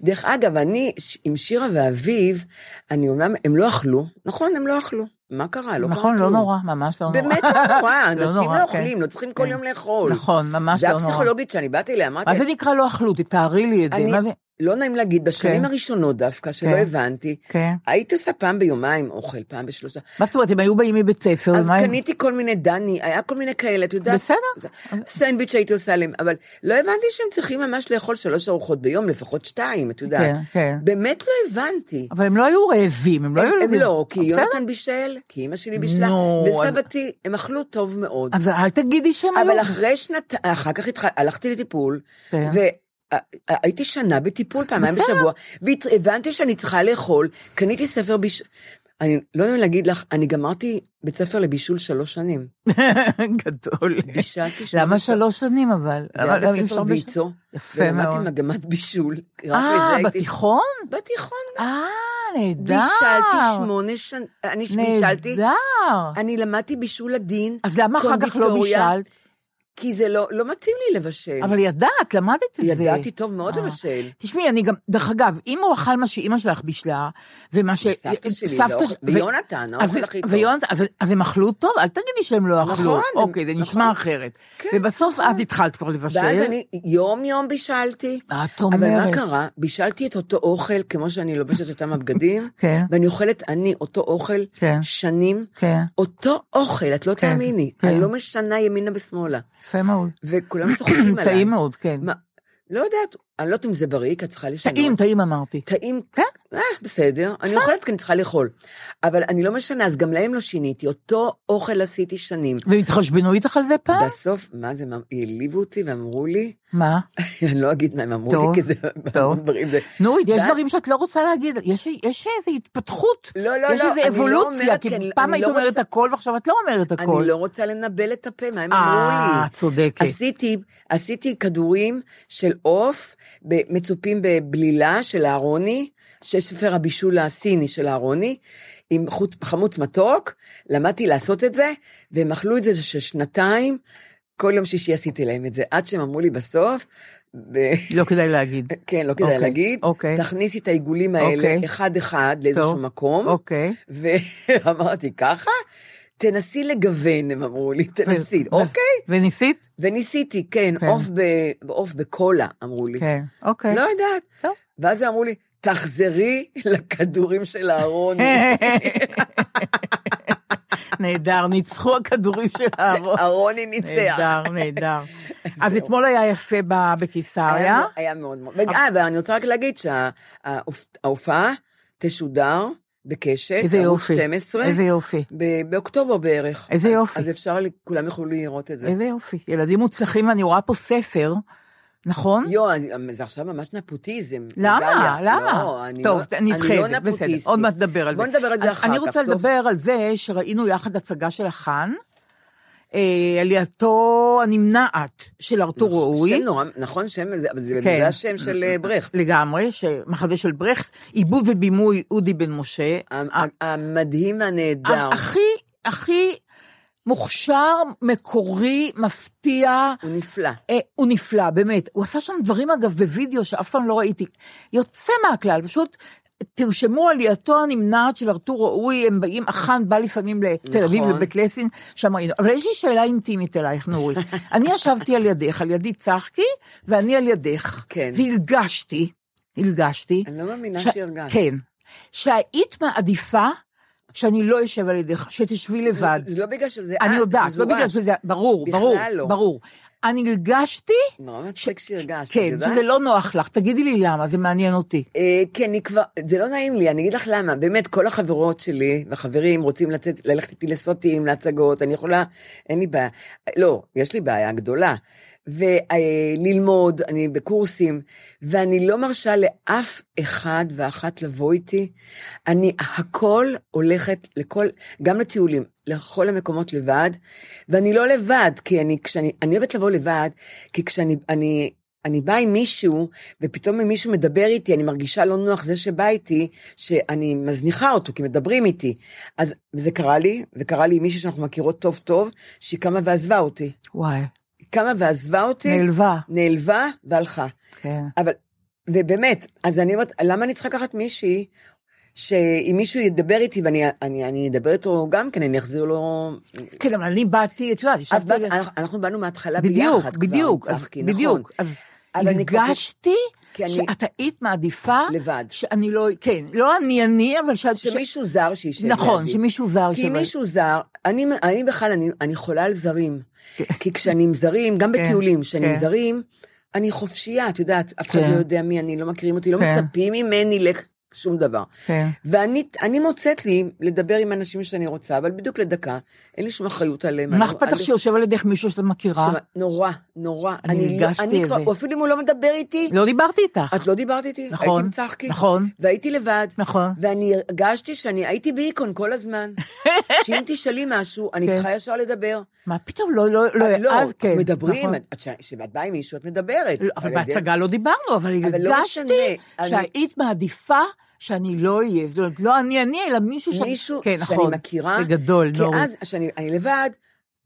Speaker 6: דרך אגב, אני ש- עם שירה ואביב, אני אומנם, הם לא אכלו. נכון, הם לא אכלו. מה קרה? לא קרה
Speaker 5: נכון, לא
Speaker 6: כלום.
Speaker 5: נורא, ממש לא נורא.
Speaker 6: באמת לא נורא, אנשים
Speaker 5: נורא, כן.
Speaker 6: לא אוכלים, לא צריכים כל
Speaker 5: כן.
Speaker 6: יום לאכול.
Speaker 5: נכון, ממש לא
Speaker 6: זה
Speaker 5: נורא.
Speaker 6: הפסיכולוגית שאני באתי אליה, אמרתי,
Speaker 5: מה זה נקרא לא אכלו? תתארי לי את זה.
Speaker 6: אני-
Speaker 5: מה זה?
Speaker 6: לא נעים להגיד, בשנים
Speaker 5: כן.
Speaker 6: הראשונות דווקא, שלא
Speaker 5: כן.
Speaker 6: הבנתי,
Speaker 5: כן.
Speaker 6: הייתי עושה פעם ביומיים אוכל, פעם בשלושה.
Speaker 5: מה זאת אומרת, הם היו באים מבית ספר,
Speaker 6: אז
Speaker 5: מה הם-
Speaker 6: קניתי כל מיני דני, היה כל מיני כאלה, את יודעת.
Speaker 5: בסדר.
Speaker 6: סנדוויץ' הייתי עושה להם, אבל לא הבנתי שהם צריכים ממש לאכול שלוש ארוחות ביום, לפחות שתיים, את יודעת.
Speaker 5: כן, כן.
Speaker 6: באמת לא הבנתי.
Speaker 5: אבל הם לא היו רעבים, הם לא היו
Speaker 6: הם
Speaker 5: רעבים.
Speaker 6: לא, כי
Speaker 5: בסדר.
Speaker 6: יונתן בישל, כי אימא שלי בישלה,
Speaker 5: נו, אז-
Speaker 6: וסבתי, הם אכלו טוב מאוד.
Speaker 5: אז אל תגידי שהם לא. היו.
Speaker 6: אבל אחרי שנת... אחר כך התח... הלכתי לטיפול,
Speaker 5: כן.
Speaker 6: והייתי שנה בטיפול פעמיים
Speaker 5: בסדר.
Speaker 6: בשבוע, והבנתי שאני צריכה לאכול, קניתי ספר ביש... אני לא יודעת להגיד לך, אני גמרתי בית ספר לבישול שלוש שנים.
Speaker 5: גדול.
Speaker 6: בישלתי שנה
Speaker 5: למה
Speaker 6: בש-
Speaker 5: שלוש שנים אבל?
Speaker 6: זה היה
Speaker 5: אבל אי
Speaker 6: בית
Speaker 5: אפשר
Speaker 6: ספר
Speaker 5: בש-
Speaker 6: ויצו,
Speaker 5: יפה מאוד.
Speaker 6: ולמדתי מגמת בישול. רק לזה
Speaker 5: אה,
Speaker 6: הייתי-
Speaker 5: בתיכון?
Speaker 6: בתיכון.
Speaker 5: אה, נהדר.
Speaker 6: בישלתי שמונה שנים, אני בישלתי,
Speaker 5: נהדר.
Speaker 6: אני למדתי בישול עדין,
Speaker 5: אז למה אחר כך לא
Speaker 6: קונדיטוריה,
Speaker 5: בישלת?
Speaker 6: כי זה לא לא מתאים לי לבשל.
Speaker 5: אבל ידעת, למדת את זה.
Speaker 6: ידעתי טוב מאוד
Speaker 5: אה.
Speaker 6: לבשל.
Speaker 5: תשמעי, אני גם, דרך אגב, אם הוא אכל מה שאימא שלך בישלה, ומה ש... אה,
Speaker 6: סבתא שלי,
Speaker 5: סבתא-
Speaker 6: לא אוכל-
Speaker 5: ו-
Speaker 6: ויונתן, האוכל
Speaker 5: אז-
Speaker 6: הכי טוב.
Speaker 5: ויונתן, אז- אז הם אכלו טוב? אל תגידי שהם לא אכלו.
Speaker 6: נכון, הם-
Speaker 5: אוקיי, זה נשמע
Speaker 6: נכון.
Speaker 5: אחרת.
Speaker 6: כן,
Speaker 5: ובסוף את התחלת כבר לבשל.
Speaker 6: ואז אני יום-יום בישלתי.
Speaker 5: מה את
Speaker 6: אבל אמ- מה
Speaker 5: אומרת?
Speaker 6: קרה? בישלתי את אותו אוכל, כמו שאני לובשת אותם הבגדים,
Speaker 5: כן.
Speaker 6: ואני אוכלת אני אותו אוכל
Speaker 5: כן.
Speaker 6: שנים.
Speaker 5: כן.
Speaker 6: אותו אוכל, את לא
Speaker 5: כן,
Speaker 6: תאמיני.
Speaker 5: כן.
Speaker 6: אני לא משנה ימינה ושמאלה.
Speaker 5: יפה מאוד.
Speaker 6: וכולם צוחקים עליי.
Speaker 5: טעים מאוד, כן.
Speaker 6: מה- לא יודעת, אני לא יודעת אם זה בריא, כי את צריכה לשנות.
Speaker 5: טעים, טעים אמרתי.
Speaker 6: טעים,
Speaker 5: כן.
Speaker 6: אה, בסדר, אני אוכלת כי אני צריכה לאכול. אבל אני לא משנה, אז גם להם לא שיניתי. אותו אוכל עשיתי שנים.
Speaker 5: והם התחשבנו איתך על זה פעם?
Speaker 6: בסוף, מה זה, מה- העליבו אותי ואמרו לי,
Speaker 5: מה?
Speaker 6: אני לא אגיד מה הם אמרו
Speaker 5: טוב,
Speaker 6: לי, כי זה
Speaker 5: טוב.
Speaker 6: המון דברים. זה-
Speaker 5: נורית, יש
Speaker 6: ואז-
Speaker 5: דברים שאת לא רוצה להגיד, יש, יש איזו התפתחות.
Speaker 6: לא, לא,
Speaker 5: יש
Speaker 6: לא,
Speaker 5: איזו
Speaker 6: אני לא
Speaker 5: אבולוציה,
Speaker 6: אומרת,
Speaker 5: כי
Speaker 6: אני-
Speaker 5: פעם
Speaker 6: אני
Speaker 5: היית
Speaker 6: לא
Speaker 5: אומרת
Speaker 6: רוצה-
Speaker 5: הכל ועכשיו את לא אומרת הכל.
Speaker 6: אני לא רוצה לנבל את הפה, מה הם אמרו לי.
Speaker 5: אה, צודקת.
Speaker 6: עשיתי, עשיתי כדורים של עוף ב- מצופים בבלילה של אהרוני, של ספר הבישול הסיני של אהרוני, עם חוט, חמוץ מתוק, למדתי לעשות את זה, והם אכלו את זה של שנתיים, כל יום שישי עשיתי להם את זה, עד שהם אמרו לי בסוף, ו...
Speaker 5: לא כדאי להגיד.
Speaker 6: כן, לא כדאי
Speaker 5: אוקיי,
Speaker 6: להגיד,
Speaker 5: אוקיי.
Speaker 6: תכניסי את העיגולים האלה
Speaker 5: אוקיי.
Speaker 6: אחד-אחד לאיזשהו
Speaker 5: טוב,
Speaker 6: מקום,
Speaker 5: אוקיי.
Speaker 6: ואמרתי ככה, תנסי לגוון, הם אמרו לי, תנסי,
Speaker 5: ו-
Speaker 6: אוקיי?
Speaker 5: ו- וניסית?
Speaker 6: וניסיתי, כן,
Speaker 5: כן.
Speaker 6: עוף ב- עוף בקולה, אמרו לי.
Speaker 5: כן, אוקיי.
Speaker 6: לא יודעת.
Speaker 5: טוב.
Speaker 6: ואז אמרו לי, תחזרי לכדורים של אהרוני.
Speaker 5: אוקיי. נהדר, ניצחו הכדורים של הארון.
Speaker 6: אהרוני ניצח.
Speaker 5: נהדר, נהדר. אז אתמול היה יפה ב- בקיסריה.
Speaker 6: היה? היה מאוד מאוד. וג- אה, ואני רוצה רק להגיד שההופעה תשודר בקשת,
Speaker 5: איזה
Speaker 6: ערוץ
Speaker 5: יופי.
Speaker 6: 12,
Speaker 5: איזה יופי.
Speaker 6: ב- באוקטובר בערך.
Speaker 5: איזה
Speaker 6: אז-
Speaker 5: יופי.
Speaker 6: אז אפשר, ל- כולם יוכלו לראות את זה.
Speaker 5: איזה יופי. ילדים מוצלחים, ואני רואה פה ספר, נכון?
Speaker 6: יואו, אני- זה עכשיו ממש נפוטיזם.
Speaker 5: למה?
Speaker 6: דליה.
Speaker 5: למה?
Speaker 6: לא, אני
Speaker 5: טוב,
Speaker 6: לא-
Speaker 5: נדחה את
Speaker 6: אני
Speaker 5: זה,
Speaker 6: לא
Speaker 5: בסדר,
Speaker 6: נפוטיסטית.
Speaker 5: עוד מעט נדבר על זה.
Speaker 6: בוא נדבר על זה
Speaker 5: אני-
Speaker 6: אחר כך.
Speaker 5: אני רוצה
Speaker 6: טוב?
Speaker 5: לדבר על זה שראינו יחד הצגה של החאן, אה, עלייתו הנמנעת של ארתור
Speaker 6: שם
Speaker 5: ראוי.
Speaker 6: נורא, נכון שם, זה- אבל זה
Speaker 5: כן.
Speaker 6: זה השם של אה, ברכט.
Speaker 5: לגמרי, שמחזה של ברכט, עיבוד ובימוי אודי בן משה.
Speaker 6: ה- ה- המדהים והנהדר.
Speaker 5: הכי, הכי מוכשר, מקורי, מפתיע.
Speaker 6: הוא נפלא.
Speaker 5: אה, הוא נפלא, באמת. הוא עשה שם דברים, אגב, בווידאו שאף פעם לא ראיתי. יוצא מהכלל, פשוט תרשמו עלייתו הנמנעת של ארתור ראוי, הם באים, אח"ן בא לפעמים לתל אביב,
Speaker 6: נכון.
Speaker 5: לבית לסין, שם ראינו. אבל יש לי שאלה אינטימית אלייך, נורית. אני ישבתי על ידך, על ידי צחקי, ואני על ידך.
Speaker 6: כן.
Speaker 5: והרגשתי, הרגשתי.
Speaker 6: אני לא מאמינה
Speaker 5: ש-
Speaker 6: שהרגשת.
Speaker 5: כן. שהיית מעדיפה שאני לא אשב על ידך, שתשבי לבד.
Speaker 6: זה לא בגלל שזה את,
Speaker 5: אני
Speaker 6: זה
Speaker 5: יודעת, לא
Speaker 6: זורק.
Speaker 5: בגלל שזה, ברור,
Speaker 6: בכלל
Speaker 5: ברור,
Speaker 6: לא.
Speaker 5: ברור. אני הרגשתי,
Speaker 6: נורא מצחיק שהרגשת, את
Speaker 5: כן,
Speaker 6: יודעת?
Speaker 5: שזה לא נוח לך, תגידי לי למה, זה מעניין אותי.
Speaker 6: אה, כי אני כבר, זה לא נעים לי, אני אגיד לך למה, באמת כל החברות שלי והחברים רוצים לצאת, ללכת איתי לסרטים, להצגות, אני יכולה, אין לי בעיה, לא, יש לי בעיה גדולה, וללמוד, אני בקורסים, ואני לא מרשה לאף אחד ואחת לבוא איתי, אני הכל הולכת לכל, גם לטיולים, לכל המקומות לבד, ואני לא לבד, כי אני, כשאני, אני אוהבת לבוא לבד, כי כשאני, אני, אני באה עם מישהו, ופתאום אם מישהו מדבר איתי, אני מרגישה לא נוח זה שבא איתי, שאני מזניחה אותו, כי מדברים איתי. אז זה קרה לי, וקרה לי עם מישהי שאנחנו מכירות טוב טוב, שהיא קמה ועזבה אותי.
Speaker 5: וואי,
Speaker 6: היא קמה ועזבה אותי,
Speaker 5: נעלבה.
Speaker 6: נעלבה והלכה.
Speaker 5: כן.
Speaker 6: אבל, ובאמת, אז אני אומרת, למה אני צריכה לקחת מישהי, שאם מישהו ידבר איתי, ואני אני, אני אדבר איתו גם כן, אני אחזיר לו...
Speaker 5: כן, אבל אני באתי, את יודעת,
Speaker 6: את
Speaker 5: ישבתי...
Speaker 6: באת,
Speaker 5: על-
Speaker 6: אנחנו- אנחנו באנו מההתחלה
Speaker 5: בדיוק,
Speaker 6: ביחד כבר,
Speaker 5: בדיוק,
Speaker 6: עם
Speaker 5: אז-
Speaker 6: צחקי,
Speaker 5: בדיוק.
Speaker 6: נכון.
Speaker 5: אז
Speaker 6: אבל אני כבר-
Speaker 5: הרגשתי
Speaker 6: כי אני-
Speaker 5: שאת היית מעדיפה...
Speaker 6: לבד.
Speaker 5: שאני לא... כן, לא אני אני, אבל שאת...
Speaker 6: שמישהו זר שישב
Speaker 5: נכון,
Speaker 6: לידי.
Speaker 5: שמישהו זר
Speaker 6: כי
Speaker 5: ישב
Speaker 6: כי מישהו זר, אני, אני בכלל, אני, אני חולה על זרים. כי כשאני עם זרים, גם
Speaker 5: כן,
Speaker 6: בטיולים, כשאני עם
Speaker 5: כן. זרים,
Speaker 6: זרים, אני חופשייה, את יודעת, אף אחד
Speaker 5: כן.
Speaker 6: לא יודע מי אני, לא מכירים אותי, לא
Speaker 5: כן.
Speaker 6: מצפים ממני לשום דבר.
Speaker 5: כן.
Speaker 6: ואני אני מוצאת לי לדבר עם אנשים שאני רוצה, אבל בדיוק לדקה, אין לי שום אחריות עליהם.
Speaker 5: מה
Speaker 6: אני-
Speaker 5: אכפת לך
Speaker 6: אני-
Speaker 5: שיושב על ידך מישהו שאת מכירה?
Speaker 6: שמע, נורא, נורא.
Speaker 5: אני
Speaker 6: אני לא-
Speaker 5: הרגשתי
Speaker 6: אני
Speaker 5: את
Speaker 6: כבר,
Speaker 5: זה.
Speaker 6: אפילו אם הוא לא מדבר איתי,
Speaker 5: לא דיברתי איתך.
Speaker 6: את לא דיברת איתי,
Speaker 5: נכון,
Speaker 6: הייתי עם צחקי,
Speaker 5: נכון.
Speaker 6: והייתי לבד,
Speaker 5: נכון.
Speaker 6: ואני הרגשתי שאני הייתי בהיקון כל הזמן, שאם תשאלי משהו, אני
Speaker 5: כן.
Speaker 6: צריכה ישר לדבר.
Speaker 5: מה פתאום, לא, לא, לא,
Speaker 6: לא,
Speaker 5: אז כן.
Speaker 6: מדברים,
Speaker 5: נכון.
Speaker 6: את- את- כשאת באה עם מישהו, את מדברת.
Speaker 5: לא, אבל
Speaker 6: על ידי-
Speaker 5: בהצגה לא דיברנו, אבל
Speaker 6: אבל לא
Speaker 5: הרגשתי
Speaker 6: משנה, אני-
Speaker 5: שהיית מעדיפה שאני לא אהיה. זאת אומרת, לא אני אני, אלא מישהו ש...
Speaker 6: מישהו
Speaker 5: כן,
Speaker 6: שאני
Speaker 5: נכון.
Speaker 6: מכירה,
Speaker 5: זה גדול,
Speaker 6: כי
Speaker 5: נורית.
Speaker 6: אז, כשאני אני לבד,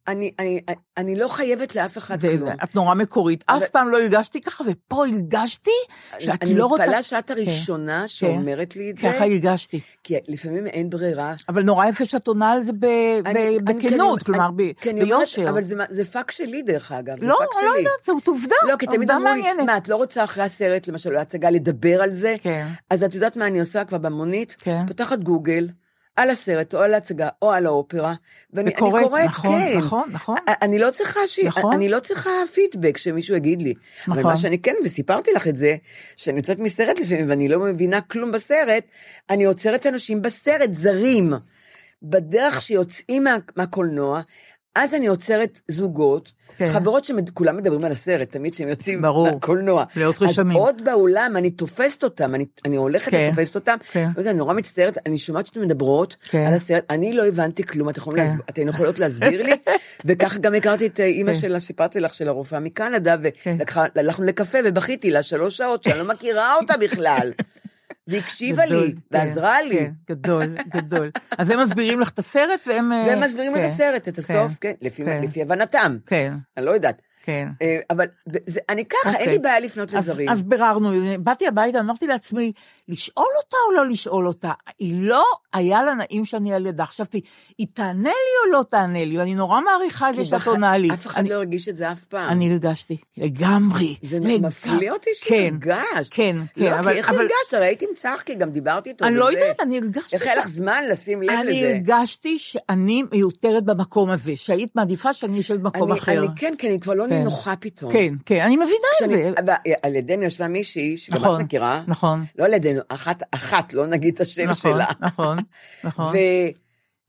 Speaker 6: אני- אני- אני לא חייבת לאף אחד
Speaker 5: זה-
Speaker 6: כלום.
Speaker 5: את נורא מקורית. אף
Speaker 6: לא. אבל-
Speaker 5: פעם לא הרגשתי ככה, ופה הרגשתי שאת
Speaker 6: אני
Speaker 5: לא רוצה...
Speaker 6: מתפלאה שאת
Speaker 5: כן,
Speaker 6: הראשונה שאומרת לי את זה,
Speaker 5: ככה הרגשתי.
Speaker 6: כי לפעמים אין ברירה.
Speaker 5: אבל נורא יפה שאת עונה על זה ב-
Speaker 6: אני- אני-
Speaker 5: ב- בכנות,
Speaker 6: אני-
Speaker 5: כלומר,
Speaker 6: אני-
Speaker 5: ב-
Speaker 6: כי אני אומרת,
Speaker 5: ביושר.
Speaker 6: אבל זה מה- זה פאק שלי, דרך אגב. זה
Speaker 5: לא,
Speaker 6: פאק
Speaker 5: לא
Speaker 6: שלי.
Speaker 5: יודעת, זאת עובדה.
Speaker 6: לא, כי תמיד
Speaker 5: עובדה
Speaker 6: אמרו לי,
Speaker 5: מעניינת.
Speaker 6: מה, את לא רוצה אחרי הסרט, למשל, או ההצגה, לדבר על זה?
Speaker 5: כן.
Speaker 6: אז את יודעת מה אני עושה כבר במונית?
Speaker 5: כן.
Speaker 6: פותחת גוגל, על הסרט, או על ההצגה, או על האופרה, ואני אני
Speaker 5: וקוראת,
Speaker 6: קוראת,
Speaker 5: נכון,
Speaker 6: כן.
Speaker 5: נכון, נכון.
Speaker 6: א- אני לא צריכה ש...
Speaker 5: נכון.
Speaker 6: אני לא צריכה פידבק שמישהו יגיד לי. אבל
Speaker 5: נכון.
Speaker 6: מה שאני כן, וסיפרתי לך את זה, שאני יוצאת מסרט לפעמים ואני לא מבינה כלום בסרט, אני עוצרת אנשים בסרט, זרים, בדרך שיוצאים מה, מהקולנוע, אז אני עוצרת זוגות,
Speaker 5: כן.
Speaker 6: כן. חברות שכולם מדברים על הסרט, תמיד כשהם יוצאים
Speaker 5: ברור.
Speaker 6: מהקולנוע.
Speaker 5: להיות
Speaker 6: אז
Speaker 5: ראשונים.
Speaker 6: עוד באולם, אני תופסת אותם, אני, אני הולכת
Speaker 5: כן.
Speaker 6: כן. ותופסת אותם.
Speaker 5: כן.
Speaker 6: כן. אני נורא מצטערת, אני שומעת שאתן מדברות
Speaker 5: כן.
Speaker 6: כן. על הסרט, אני לא הבנתי כלום, אתן יכולים
Speaker 5: כן.
Speaker 6: להסב- אתן יכולות להסביר לי? וכך גם הכרתי את אה, אימא
Speaker 5: כן.
Speaker 6: שלה, סיפרתי לך, של הרופאה מקנדה, והלכנו לקפה ובכיתי לה שלוש שעות, שאני לא מכירה אותה בכלל. והקשיבה
Speaker 5: גדול,
Speaker 6: לי, ועזרה
Speaker 5: כן,
Speaker 6: לי.
Speaker 5: כן, גדול, גדול. אז הם מסבירים לך את הסרט והם... אה,
Speaker 6: והם מסבירים את
Speaker 5: כן,
Speaker 6: הסרט, את הסוף, כן, לפי-
Speaker 5: כן.
Speaker 6: לפי הבנתם.
Speaker 5: כן,
Speaker 6: אני לא יודעת.
Speaker 5: כן.
Speaker 6: אה, אבל זה- אני ככה, אין
Speaker 5: אוקיי.
Speaker 6: לי בעיה לפנות
Speaker 5: אז,
Speaker 6: לזרים.
Speaker 5: אז ביררנו, באתי הביתה, אמרתי לעצמי, לשאול אותה או לא לשאול אותה? היא לא, היה לה נעים שאני על ידה. חשבתי, היא תענה לי או לא תענה לי? ואני נורא מעריכה את זה
Speaker 6: כי
Speaker 5: שאת
Speaker 6: בח-
Speaker 5: עונה לי.
Speaker 6: אף אחד
Speaker 5: אני-
Speaker 6: לא הרגיש את זה אף פעם.
Speaker 5: אני הרגשתי, לגמרי.
Speaker 6: זה
Speaker 5: לגמרי.
Speaker 6: מפליא אותי
Speaker 5: כן,
Speaker 6: שהרגשת.
Speaker 5: כן, כן,
Speaker 6: לא,
Speaker 5: אבל-
Speaker 6: כי איך
Speaker 5: אבל-
Speaker 6: הרגשת? הרי הייתי עם צחקי, גם דיברתי איתו.
Speaker 5: אני לא
Speaker 6: וזה.
Speaker 5: יודעת, אני הרגשתי
Speaker 6: איך היה
Speaker 5: ש-
Speaker 6: לך זמן לשים לב
Speaker 5: אני
Speaker 6: לזה?
Speaker 5: הרגשתי שאני מיותרת במקום הזה, שהיית מעדיפה שאני אשב במקום
Speaker 6: אני-
Speaker 5: אחר.
Speaker 6: אני כן, כי אני כבר לא נינוחה פתאום.
Speaker 5: כן, כן, אני מבינה את
Speaker 6: כשאני-
Speaker 5: זה.
Speaker 6: אבל על ידינו ישבה מישהי, שגם
Speaker 5: נכון,
Speaker 6: את מכירה.
Speaker 5: נכון.
Speaker 6: לא על ידינו, אחת, אחת, לא נגיד את השם
Speaker 5: נכון,
Speaker 6: שלה.
Speaker 5: נכון, נכון.
Speaker 6: ו-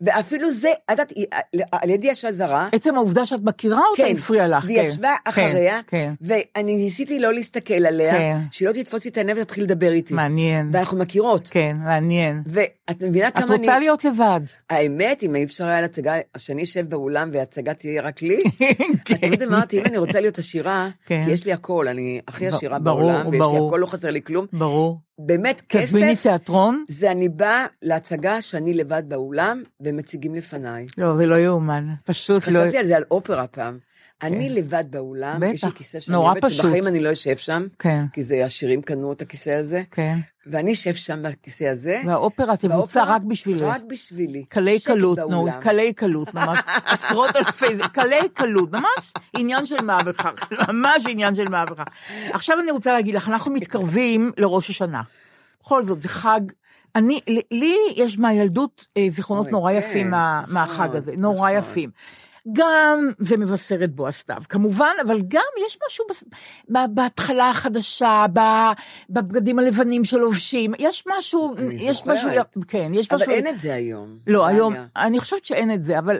Speaker 6: ואפילו זה, את יודעת, היא- על ידי יש אזהרה.
Speaker 5: עצם העובדה שאת מכירה אותה הפריעה לך.
Speaker 6: והיא
Speaker 5: כן.
Speaker 6: ישבה
Speaker 5: כן,
Speaker 6: אחריה,
Speaker 5: כן.
Speaker 6: ואני ניסיתי לא להסתכל עליה,
Speaker 5: כן.
Speaker 6: שהיא לא תתפוס לי את העיניים ותתחיל לדבר איתי.
Speaker 5: מעניין.
Speaker 6: ואנחנו מכירות.
Speaker 5: כן, מעניין.
Speaker 6: ואת מבינה
Speaker 5: את
Speaker 6: כמה אני...
Speaker 5: רוצה להיות לבד.
Speaker 6: האמת, אם אי אפשר היה להצגה, שאני אשב באולם וההצגה תהיה רק לי, את תמיד אמרתי, אם אני רוצה להיות עשירה,
Speaker 5: כן.
Speaker 6: כי יש לי הכל, אני הכי
Speaker 5: ב-
Speaker 6: עשירה
Speaker 5: ברור,
Speaker 6: בעולם, ויש לי
Speaker 5: ברור.
Speaker 6: הכל, לא חסר לי כלום.
Speaker 5: ברור.
Speaker 6: באמת,
Speaker 5: תזמיני
Speaker 6: כסף,
Speaker 5: תיאטרון?
Speaker 6: זה אני באה להצגה שאני לבד באולם, ומציגים לפניי.
Speaker 5: לא, זה לא יאומן. פשוט לא... כן.
Speaker 6: חשבתי על זה על אופרה פעם. אני לבד באולם, יש לי
Speaker 5: בטח,
Speaker 6: כיסא שאני
Speaker 5: נורא
Speaker 6: אוהבת,
Speaker 5: פשוט.
Speaker 6: שבחיים אני לא אשב שם,
Speaker 5: כן.
Speaker 6: כי זה עשירים קנו את הכיסא הזה,
Speaker 5: כן.
Speaker 6: ואני אשב שם בכיסא הזה.
Speaker 5: והאופרה תבוצע
Speaker 6: והאופרה
Speaker 5: רק בשבילך.
Speaker 6: רק בשבילי.
Speaker 5: קלי
Speaker 6: שקט
Speaker 5: קלות, נו,
Speaker 6: באולם.
Speaker 5: קלי קלות, ממש, עשרות אלפי, זה קלי קלות, ממש עניין של מה בכך, ממש עניין של מה בכך. עכשיו אני רוצה להגיד לך, אנחנו מתקרבים לראש השנה. בכל זאת, זה חג, אני, לי- לי יש מהילדות אה, זיכרונות
Speaker 6: אוי,
Speaker 5: נורא
Speaker 6: כן,
Speaker 5: יפים מה-
Speaker 6: נכון,
Speaker 5: מהחג הזה, נורא
Speaker 6: נכון.
Speaker 5: יפים. גם זה מבשרת בו הסתיו, כמובן, אבל גם יש משהו בס- ב- בהתחלה החדשה, ב- בבגדים הלבנים שלובשים, יש משהו,
Speaker 6: אני
Speaker 5: יש משהו,
Speaker 6: זוכרת.
Speaker 5: כן, יש משהו...
Speaker 6: אבל אין את זה היום.
Speaker 5: לא,
Speaker 6: דליה.
Speaker 5: היום, אני חושבת שאין את זה, אבל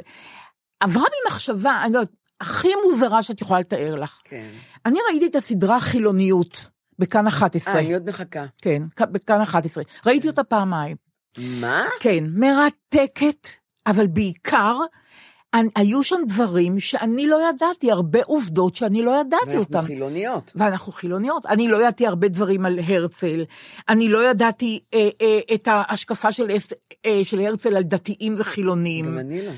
Speaker 5: עברה בי מחשבה, אני לא יודעת, הכי מוזרה שאת יכולה לתאר לך.
Speaker 6: כן.
Speaker 5: אני ראיתי את הסדרה חילוניות בכאן 11.
Speaker 6: אה, אני עוד מחכה.
Speaker 5: כן, כ- בכאן 11. ראיתי אותה פעמיים.
Speaker 6: מה?
Speaker 5: כן, מרתקת, אבל בעיקר, אני, היו שם דברים שאני לא ידעתי, הרבה עובדות שאני לא ידעתי
Speaker 6: ואנחנו
Speaker 5: אותן.
Speaker 6: חילוניות.
Speaker 5: ואנחנו חילוניות. אני לא ידעתי הרבה דברים על הרצל, אני לא ידעתי אה, אה, את ההשקפה של, הס- אה, של הרצל על דתיים וחילונים.
Speaker 6: גם אני לא.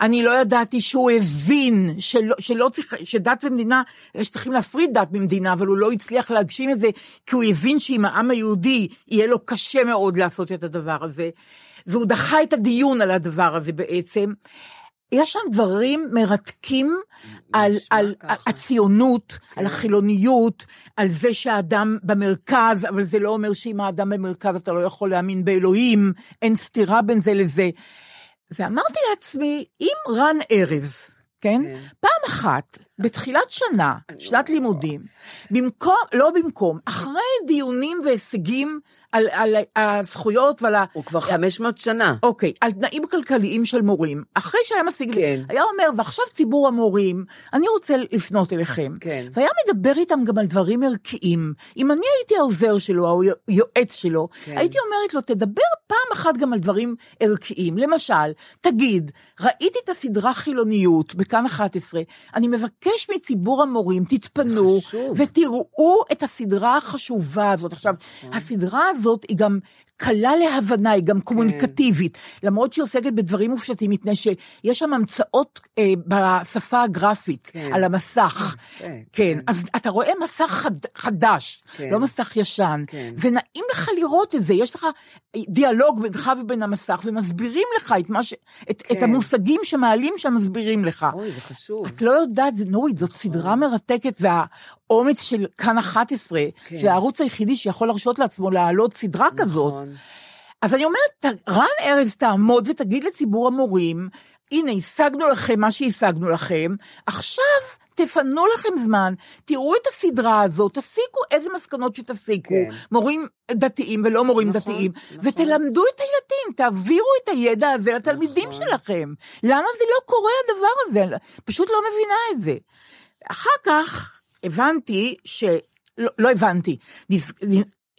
Speaker 5: אני לא ידעתי שהוא הבין שלא, שלא צריך, שדת ומדינה, שצריכים להפריד דת ממדינה, אבל הוא לא הצליח להגשים את זה, כי הוא הבין שעם העם היהודי יהיה לו קשה מאוד לעשות את הדבר הזה. והוא דחה את הדיון על הדבר הזה בעצם. יש שם דברים מרתקים על, על
Speaker 6: ככה.
Speaker 5: הציונות, על החילוניות, על זה שהאדם במרכז, אבל זה לא אומר שאם האדם במרכז אתה לא יכול להאמין באלוהים, אין סתירה בין זה לזה. ואמרתי לעצמי, אם רן ארז, כן?
Speaker 6: כן. לא
Speaker 5: פעם אחת, בתחילת שנה, שנת לימודים, במקום, לא במקום, אחרי דיונים והישגים על, על הזכויות ועל ה...
Speaker 6: הוא כבר 500 שנה.
Speaker 5: אוקיי, על תנאים כלכליים של מורים, אחרי שהיה משיג את
Speaker 6: כן.
Speaker 5: זה, היה אומר, ועכשיו ציבור המורים, אני רוצה לפנות אליכם.
Speaker 6: כן.
Speaker 5: והיה מדבר איתם גם על דברים ערכיים. אם אני הייתי העוזר שלו, או היועץ שלו,
Speaker 6: כן.
Speaker 5: הייתי אומרת לו, תדבר פעם אחת גם על דברים ערכיים. למשל, תגיד, ראיתי את הסדרה חילוניות בכאן 11, אני מבקש מציבור המורים, תתפנו
Speaker 6: זה חשוב.
Speaker 5: ותראו את הסדרה החשובה הזאת. עכשיו,
Speaker 6: נכון.
Speaker 5: הסדרה הזאת היא גם קלה להבנה, היא
Speaker 6: כן.
Speaker 5: גם קומוניקטיבית, למרות שהיא עוסקת בדברים מופשטים, מפני שיש שם המצאות אה, בשפה הגרפית,
Speaker 6: כן.
Speaker 5: על המסך.
Speaker 6: כן,
Speaker 5: כן, אז אתה רואה מסך חד, חדש,
Speaker 6: כן.
Speaker 5: לא מסך ישן,
Speaker 6: כן.
Speaker 5: ונעים לך לראות את זה, יש לך דיאלוג בינך ובין המסך, ומסבירים לך את, מה ש... את, את
Speaker 6: כן.
Speaker 5: המושגים שמעלים שם, מסבירים לך.
Speaker 6: אוי, זה נכון. חשוב.
Speaker 5: את לא יודעת, זה, נורית, זאת סדרה מרתקת, והאומץ של כאן 11,
Speaker 6: כן.
Speaker 5: זה הערוץ היחידי שיכול להרשות לעצמו להעלות סדרה כזאת,
Speaker 6: נכון.
Speaker 5: אז אני אומרת, ת- רן ארז תעמוד ותגיד לציבור המורים, הנה, השגנו לכם מה שהשגנו לכם, עכשיו תפנו לכם זמן, תראו את הסדרה הזאת, תסיקו איזה מסקנות שתסיקו,
Speaker 6: כן.
Speaker 5: כן. מורים דתיים ולא מורים
Speaker 6: נכון,
Speaker 5: דתיים,
Speaker 6: נכון.
Speaker 5: ותלמדו את הילדים, תעבירו את הידע הזה לתלמידים
Speaker 6: נכון.
Speaker 5: שלכם. למה זה לא קורה הדבר הזה? אני פשוט לא מבינה את זה. אחר כך הבנתי ש... לא, לא הבנתי, נז...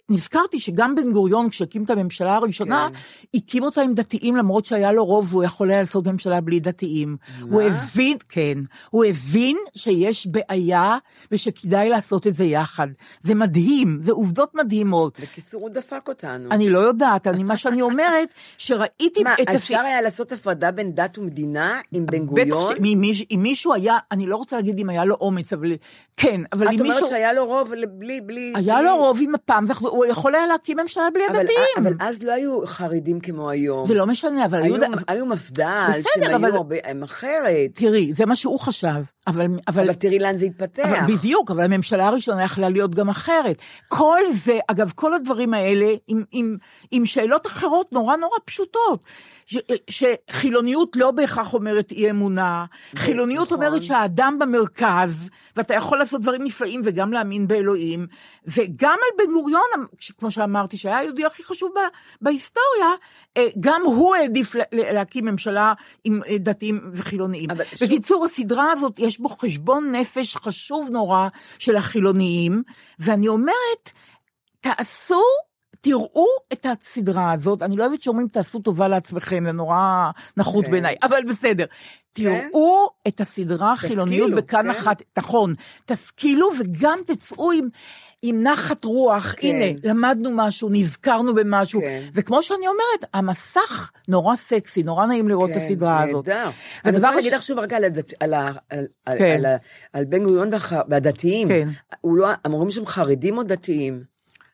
Speaker 5: נזכרתי שגם בן גוריון כשהקים את הממשלה הראשונה, כן. הקים אותה עם דתיים למרות שהיה לו רוב והוא יכול היה לעשות ממשלה בלי דתיים. הוא הבין, כן, הוא הבין שיש בעיה ושכדאי לעשות את זה יחד. זה מדהים, זה עובדות מדהימות.
Speaker 6: בקיצור, הוא דפק אותנו.
Speaker 5: אני לא יודעת, אני, מה שאני אומרת, שראיתי
Speaker 6: מה,
Speaker 5: את... הסי-
Speaker 6: אפשר היה לעשות הפרדה בין דת ומדינה עם
Speaker 5: בטח
Speaker 6: בן גוריון?
Speaker 5: שאם מיש- אם מישהו היה, אני לא רוצה להגיד אם היה לו אומץ, אבל כן, אבל
Speaker 6: את
Speaker 5: אם
Speaker 6: אומרת
Speaker 5: מישהו...
Speaker 6: שהיה לו רוב ל- בלי... בלי-
Speaker 5: היה
Speaker 6: בלי-
Speaker 5: לו רוב עם מפ"ם, ואנחנו- הוא יכול היה להקים ממשלה בלי
Speaker 6: אבל- אבל
Speaker 5: הדתיים.
Speaker 6: אז לא היו חרדים כמו היום.
Speaker 5: זה לא משנה, אבל היו...
Speaker 6: היו- היו מפד"ל,
Speaker 5: בסדר,
Speaker 6: שהם
Speaker 5: אבל-
Speaker 6: היו הרבה... הם אחרת.
Speaker 5: תראי, זה מה שהוא חשב. אבל, אבל,
Speaker 6: אבל תראי לאן זה התפתח.
Speaker 5: אבל בדיוק, אבל הממשלה הראשונה יכלה להיות גם אחרת. כל זה, אגב, כל הדברים האלה, עם, עם, עם שאלות אחרות נורא נורא פשוטות. ש, שחילוניות לא בהכרח אומרת אי אמונה, חילוניות
Speaker 6: נכון.
Speaker 5: אומרת שהאדם במרכז, ואתה יכול לעשות דברים נפלאים וגם להאמין באלוהים, וגם על בן גוריון, כמו שאמרתי, שהיה היהודי הכי חשוב ב- בהיסטוריה, אה, גם הוא העדיף ל- ל- להקים ממשלה עם אה, דתיים וחילוניים.
Speaker 6: אבל שוב-
Speaker 5: בקיצור, הסדרה הזאת, יש בו חשבון נפש חשוב נורא של החילוניים, ואני אומרת, תעשו, תראו את הסדרה הזאת, אני לא אוהבת שאומרים תעשו טובה לעצמכם, זה נורא נחות
Speaker 6: כן.
Speaker 5: בעיניי, אבל בסדר. תראו את הסדרה חילוניות
Speaker 6: תשכילו,
Speaker 5: בכאן
Speaker 6: כן.
Speaker 5: אחת, נכון, תשכילו וגם תצאו עם... עם נחת רוח,
Speaker 6: כן.
Speaker 5: הנה, למדנו משהו, נזכרנו במשהו,
Speaker 6: כן.
Speaker 5: וכמו שאני אומרת, המסך נורא סקסי, נורא נעים לראות את הסדרה הזאת.
Speaker 6: כן, נהדר.
Speaker 5: ודבר
Speaker 6: אני רוצה
Speaker 5: הש-
Speaker 6: להגיד לך שוב רגע על הדת- על ה- על- על-
Speaker 5: כן.
Speaker 6: על ה- על בן גוריון והח- והדתיים.
Speaker 5: כן.
Speaker 6: הוא לא, אמורים שהם חרדים או דתיים?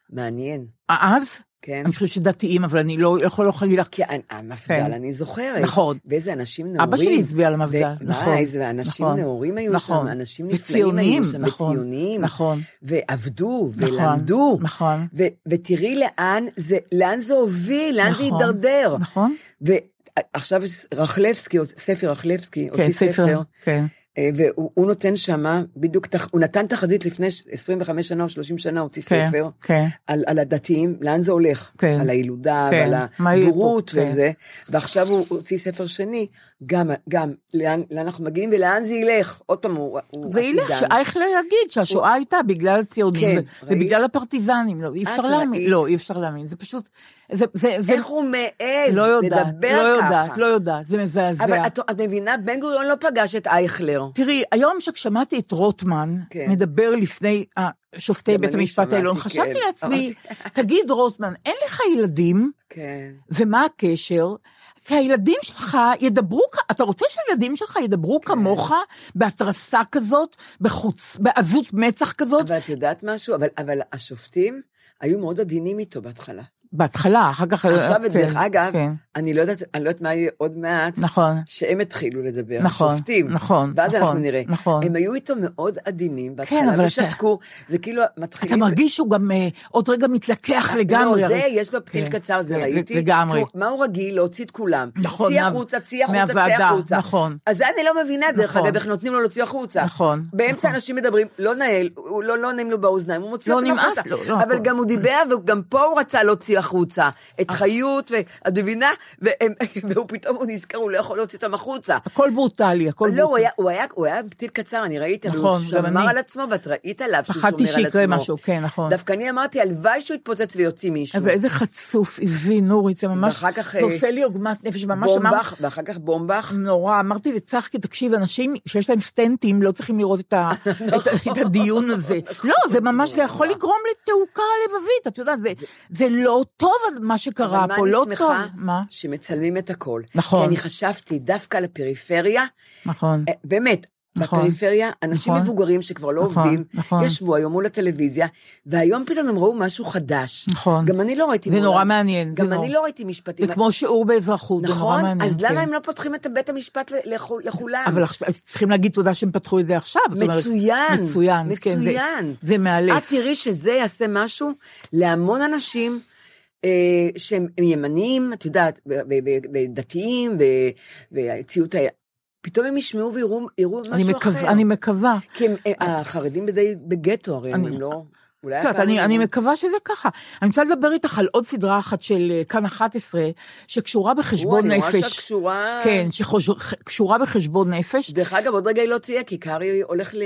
Speaker 6: מעניין,
Speaker 5: אז,
Speaker 6: כן?
Speaker 5: אני חושבת שדתיים, אבל אני לא יכול לא להגיד לך,
Speaker 6: כי ה- המפד"ל,
Speaker 5: כן.
Speaker 6: אני זוכרת.
Speaker 5: נכון.
Speaker 6: ואיזה אנשים נאורים.
Speaker 5: אבא שלי הצביע על המפד"ל,
Speaker 6: ו-
Speaker 5: נכון.
Speaker 6: מה, איזה אנשים
Speaker 5: נכון,
Speaker 6: נאורים היו שם,
Speaker 5: נכון.
Speaker 6: אנשים נפלאים
Speaker 5: וציונים,
Speaker 6: היו שם,
Speaker 5: נכון,
Speaker 6: וציונים.
Speaker 5: נכון.
Speaker 6: ועבדו,
Speaker 5: נכון,
Speaker 6: ולמדו.
Speaker 5: נכון.
Speaker 6: ו- ותראי לאן זה, לאן זה הוביל, לאן זה
Speaker 5: נכון,
Speaker 6: הידרדר.
Speaker 5: נכון.
Speaker 6: ועכשיו רחלבסקי, ספר רחלבסקי,
Speaker 5: כן,
Speaker 6: הוציא
Speaker 5: ספר,
Speaker 6: ספר.
Speaker 5: כן.
Speaker 6: אה, והוא הוא נותן שמה, בדיוק, תח- הוא נתן תחזית לפני ש- 25 שנה או 30 שנה, הוציא
Speaker 5: כן,
Speaker 6: ספר,
Speaker 5: כן.
Speaker 6: על, על הדתיים, לאן זה הולך,
Speaker 5: כן.
Speaker 6: על הילודה
Speaker 5: כן,
Speaker 6: ועל
Speaker 5: מה יהיה פה,
Speaker 6: הבורות
Speaker 5: כן.
Speaker 6: וזה, ועכשיו הוא הוציא ספר שני, גם, גם לאן, לאן אנחנו מגיעים ולאן זה ילך, עוד פעם, הוא, הוא
Speaker 5: זה ילך, אה,
Speaker 6: עתידן.
Speaker 5: שאייכלר לא יגיד שהשואה הייתה בגלל הציונים
Speaker 6: כן,
Speaker 5: ו-
Speaker 6: ראית?
Speaker 5: ובגלל הפרטיזנים, לא, אי אפשר
Speaker 6: את ראית?
Speaker 5: להאמין, לא, אי אפשר להאמין, זה פשוט, זה, זה, זה,
Speaker 6: איך הוא מעז
Speaker 5: לא יודעת,
Speaker 6: לדבר
Speaker 5: לא יודעת,
Speaker 6: ככה.
Speaker 5: לא יודעת, זה מזעזע.
Speaker 6: אבל את, את מבינה, בן גוריון לא פגש את אייכלר.
Speaker 5: תראי, היום ששמעתי את רוטמן
Speaker 6: כן.
Speaker 5: מדבר לפני אה, שופטי
Speaker 6: גם
Speaker 5: בית
Speaker 6: אני
Speaker 5: המשפט העליון,
Speaker 6: שמעתי,
Speaker 5: חשבתי
Speaker 6: כן.
Speaker 5: לעצמי, תגיד רוטמן, אין לך ילדים,
Speaker 6: כן.
Speaker 5: ומה הקשר? כי הילדים שלך ידברו, כ- אתה רוצה שהילדים שלך
Speaker 6: כן.
Speaker 5: ידברו כמוך בהתרסה כזאת, בחוץ, בעזות מצח כזאת?
Speaker 6: אבל את יודעת משהו? אבל, אבל השופטים היו מאוד עדינים איתו בהתחלה.
Speaker 5: בהתחלה, אחר כך...
Speaker 6: עכשיו,
Speaker 5: כן,
Speaker 6: דרך אגב,
Speaker 5: כן,
Speaker 6: אני לא יודעת, אני לא יודעת מה יהיה עוד מעט,
Speaker 5: נכון.
Speaker 6: שהם התחילו לדבר,
Speaker 5: נכון,
Speaker 6: השופטים.
Speaker 5: נכון,
Speaker 6: ואז
Speaker 5: נכון,
Speaker 6: אנחנו נראה.
Speaker 5: נכון.
Speaker 6: הם היו איתו מאוד עדינים,
Speaker 5: כן,
Speaker 6: בהתחלה
Speaker 5: אבל אתה-
Speaker 6: ושתקו, זה כאילו מתחילים...
Speaker 5: אתה מרגיש שהוא גם אה, עוד רגע מתלקח לגמרי.
Speaker 6: לא, זה,
Speaker 5: הרי-
Speaker 6: יש לו פתיל
Speaker 5: כן,
Speaker 6: קצר, זה
Speaker 5: כן,
Speaker 6: ראיתי.
Speaker 5: לגמרי.
Speaker 6: מה הוא רגיל? להוציא את כולם.
Speaker 5: נכון,
Speaker 6: צאי
Speaker 5: מה-
Speaker 6: החוצה, צאי החוצה, צאי
Speaker 5: מהוועדה,
Speaker 6: החוצה.
Speaker 5: נכון.
Speaker 6: אז זה אני לא מבינה, דרך
Speaker 5: נכון.
Speaker 6: אגב, איך נותנים לו להוציא החוצה.
Speaker 5: נכון,
Speaker 6: באמצע
Speaker 5: נכון.
Speaker 6: אנשים מדברים, לא נעים, הוא לא לא נעים לו באוזניים, הוא מוציא
Speaker 5: לא,
Speaker 6: אותם
Speaker 5: נמאס
Speaker 6: החוצה.
Speaker 5: לו, לא, אה.
Speaker 6: אבל
Speaker 5: נכון.
Speaker 6: גם הוא דיבר, וגם פה הוא רצה להוציא החוצה. את חיות, ואת מבינה? והם- והוא פתאום, הוא נזכר, הוא לא יכול להוציא אותם החוצה.
Speaker 5: הכל ברוטלי, הכל
Speaker 6: לא, הוא
Speaker 5: ברוטלי.
Speaker 6: היה, הוא היה, הוא היה פתיל קצר, אני ראיתי, אבל הוא
Speaker 5: נכון, גם
Speaker 6: שמר
Speaker 5: אני.
Speaker 6: על עצמו, ואת ראית עליו שהוא שומר על עצמו.
Speaker 5: פחדתי שיקרה משהו, כן, נכון.
Speaker 6: דווקא אני אמרתי, הלוואי שהוא יתפוצץ ויוציא מישהו.
Speaker 5: אבל איזה חצוף עזבי, נורית, זה ממש...
Speaker 6: כאילו- ואחר כך,
Speaker 5: זה
Speaker 6: אה,
Speaker 5: עושה לי עוגמת נפש, ממש אמרתי...
Speaker 6: בומבך, ואחר כך בומבך.
Speaker 5: נורא, אמרתי לצחקי, תקשיב, אנשים שיש להם סטנטים לא צריכים לראות את, ה,
Speaker 6: נכון.
Speaker 5: את, את הדיון הזה. לא, זה ממש, זה יכול לגרום לתעוקה לבבית, את יודעת, זה, זה לא טוב מה שקרה
Speaker 6: אבל
Speaker 5: פה, לא
Speaker 6: מה אני
Speaker 5: טוב.
Speaker 6: שמחה?
Speaker 5: מה?
Speaker 6: שמצלמים את הכל.
Speaker 5: נכון.
Speaker 6: כי אני חשבתי, דווקא על הפריפריה,
Speaker 5: נכון,
Speaker 6: אה, באמת,
Speaker 5: נכון.
Speaker 6: בפריפריה, אנשים
Speaker 5: נכון.
Speaker 6: מבוגרים שכבר לא
Speaker 5: נכון,
Speaker 6: עובדים,
Speaker 5: נכון.
Speaker 6: ישבו היום מול הטלוויזיה, והיום פתאום הם ראו משהו חדש.
Speaker 5: נכון.
Speaker 6: גם אני לא ראיתי
Speaker 5: זה
Speaker 6: מול-
Speaker 5: נורא מעניין. זה
Speaker 6: גם
Speaker 5: נורא.
Speaker 6: אני לא ראיתי משפטים.
Speaker 5: זה כמו שיעור באזרחות, זה נורא
Speaker 6: נכון?
Speaker 5: מעניין.
Speaker 6: אז למה
Speaker 5: כן.
Speaker 6: הם לא פותחים את בית המשפט ל- לכו- לכולם?
Speaker 5: אבל עכשיו- אז צריכים להגיד תודה שהם פתחו את זה עכשיו. זאת אומרת,
Speaker 6: מצוין,
Speaker 5: מצוין, כן, זה-
Speaker 6: מצוין.
Speaker 5: זה
Speaker 6: את
Speaker 5: מאלף.
Speaker 6: תראי שזה יעשה משהו להמון אנשים. אה, שהם הם ימנים, את יודעת, ו- ו- ו- ודתיים, ו- והציות, ה- פתאום הם ישמעו ויראו יראו משהו
Speaker 5: אני
Speaker 6: אחר.
Speaker 5: מקווה, אני מקווה.
Speaker 6: כי הם, אה, החרדים בדי, בגטו הרי,
Speaker 5: אני-
Speaker 6: הם לא... אולי
Speaker 5: את יודעת,
Speaker 6: הפעם
Speaker 5: אני,
Speaker 6: הם-
Speaker 5: אני מקווה שזה ככה. אני רוצה לדבר איתך על עוד סדרה אחת של אה, כאן 11, שקשורה בחשבון
Speaker 6: וואו, אני רואה
Speaker 5: נפש.
Speaker 6: שאת קשורה-
Speaker 5: כן, שקשורה בחשבון נפש.
Speaker 6: דרך אגב, עוד רגע היא לא תהיה, כי קרעי הולך ל...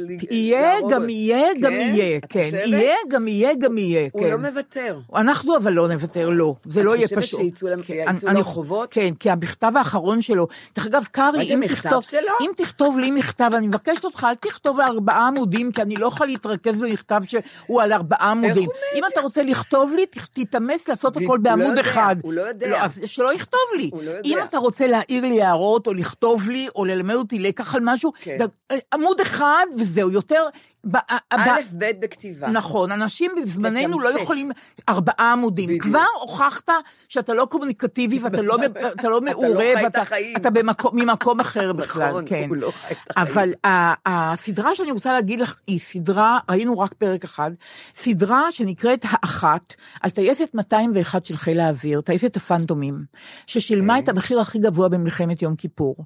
Speaker 6: ל-
Speaker 5: יהיה,
Speaker 6: להרוג.
Speaker 5: גם יהיה, גם
Speaker 6: כן?
Speaker 5: יהיה,
Speaker 6: את
Speaker 5: כן.
Speaker 6: חושבת?
Speaker 5: יהיה, גם יהיה, גם יהיה,
Speaker 6: הוא
Speaker 5: כן.
Speaker 6: לא מוותר.
Speaker 5: אנחנו אבל לא נוותר לו, זה
Speaker 6: את
Speaker 5: לא יהיה פשוט.
Speaker 6: חושבת שיצאו למ-
Speaker 5: כן,
Speaker 6: יצאו
Speaker 5: אני-
Speaker 6: לרחובות?
Speaker 5: כן, כי המכתב האחרון שלו, דרך אגב,
Speaker 6: ראית
Speaker 5: קרעי, אם
Speaker 6: מכתב
Speaker 5: תכתוב,
Speaker 6: שלו?
Speaker 5: אם תכתוב לי מכתב, אני מבקשת אותך, אל תכתוב ארבעה עמודים, כי אני לא יכולה להתרכז במכתב שהוא על ארבעה עמודים.
Speaker 6: הוא
Speaker 5: אם אתה רוצה לכתוב לי, ת- תתאמץ לעשות
Speaker 6: ב-
Speaker 5: הכל
Speaker 6: הוא לא
Speaker 5: בעמוד
Speaker 6: יודע,
Speaker 5: אחד.
Speaker 6: הוא לא יודע.
Speaker 5: אז שלא יכתוב לי.
Speaker 6: הוא לא יודע.
Speaker 5: אם אתה רוצה להעיר לי הערות, או לכתוב לי, או ללמד אותי לקח על משהו,
Speaker 6: כן.
Speaker 5: ד- עמוד אחד וזהו, יותר, ב- ב-
Speaker 6: א', ב' בכתיבה.
Speaker 5: נכון, אנשים בזמננו לא
Speaker 6: לתמצת.
Speaker 5: יכולים ארבעה עמודים.
Speaker 6: בדיוק.
Speaker 5: כבר הוכחת שאתה לא קומוניקטיבי ואתה לא, אתה לא
Speaker 6: לא
Speaker 5: מעורב,
Speaker 6: חי את
Speaker 5: אתה,
Speaker 6: החיים.
Speaker 5: אתה במקום, ממקום אחר בכלל,
Speaker 6: נכון,
Speaker 5: כן.
Speaker 6: הוא לא חי את החיים.
Speaker 5: אבל ה- הסדרה שאני רוצה להגיד לך היא סדרה, ראינו רק פרק אחד, סדרה שנקראת האחת, על טייסת 201 של חיל האוויר, טייסת הפנטומים, ששילמה
Speaker 6: כן.
Speaker 5: את המחיר הכי גבוה במלחמת יום כיפור.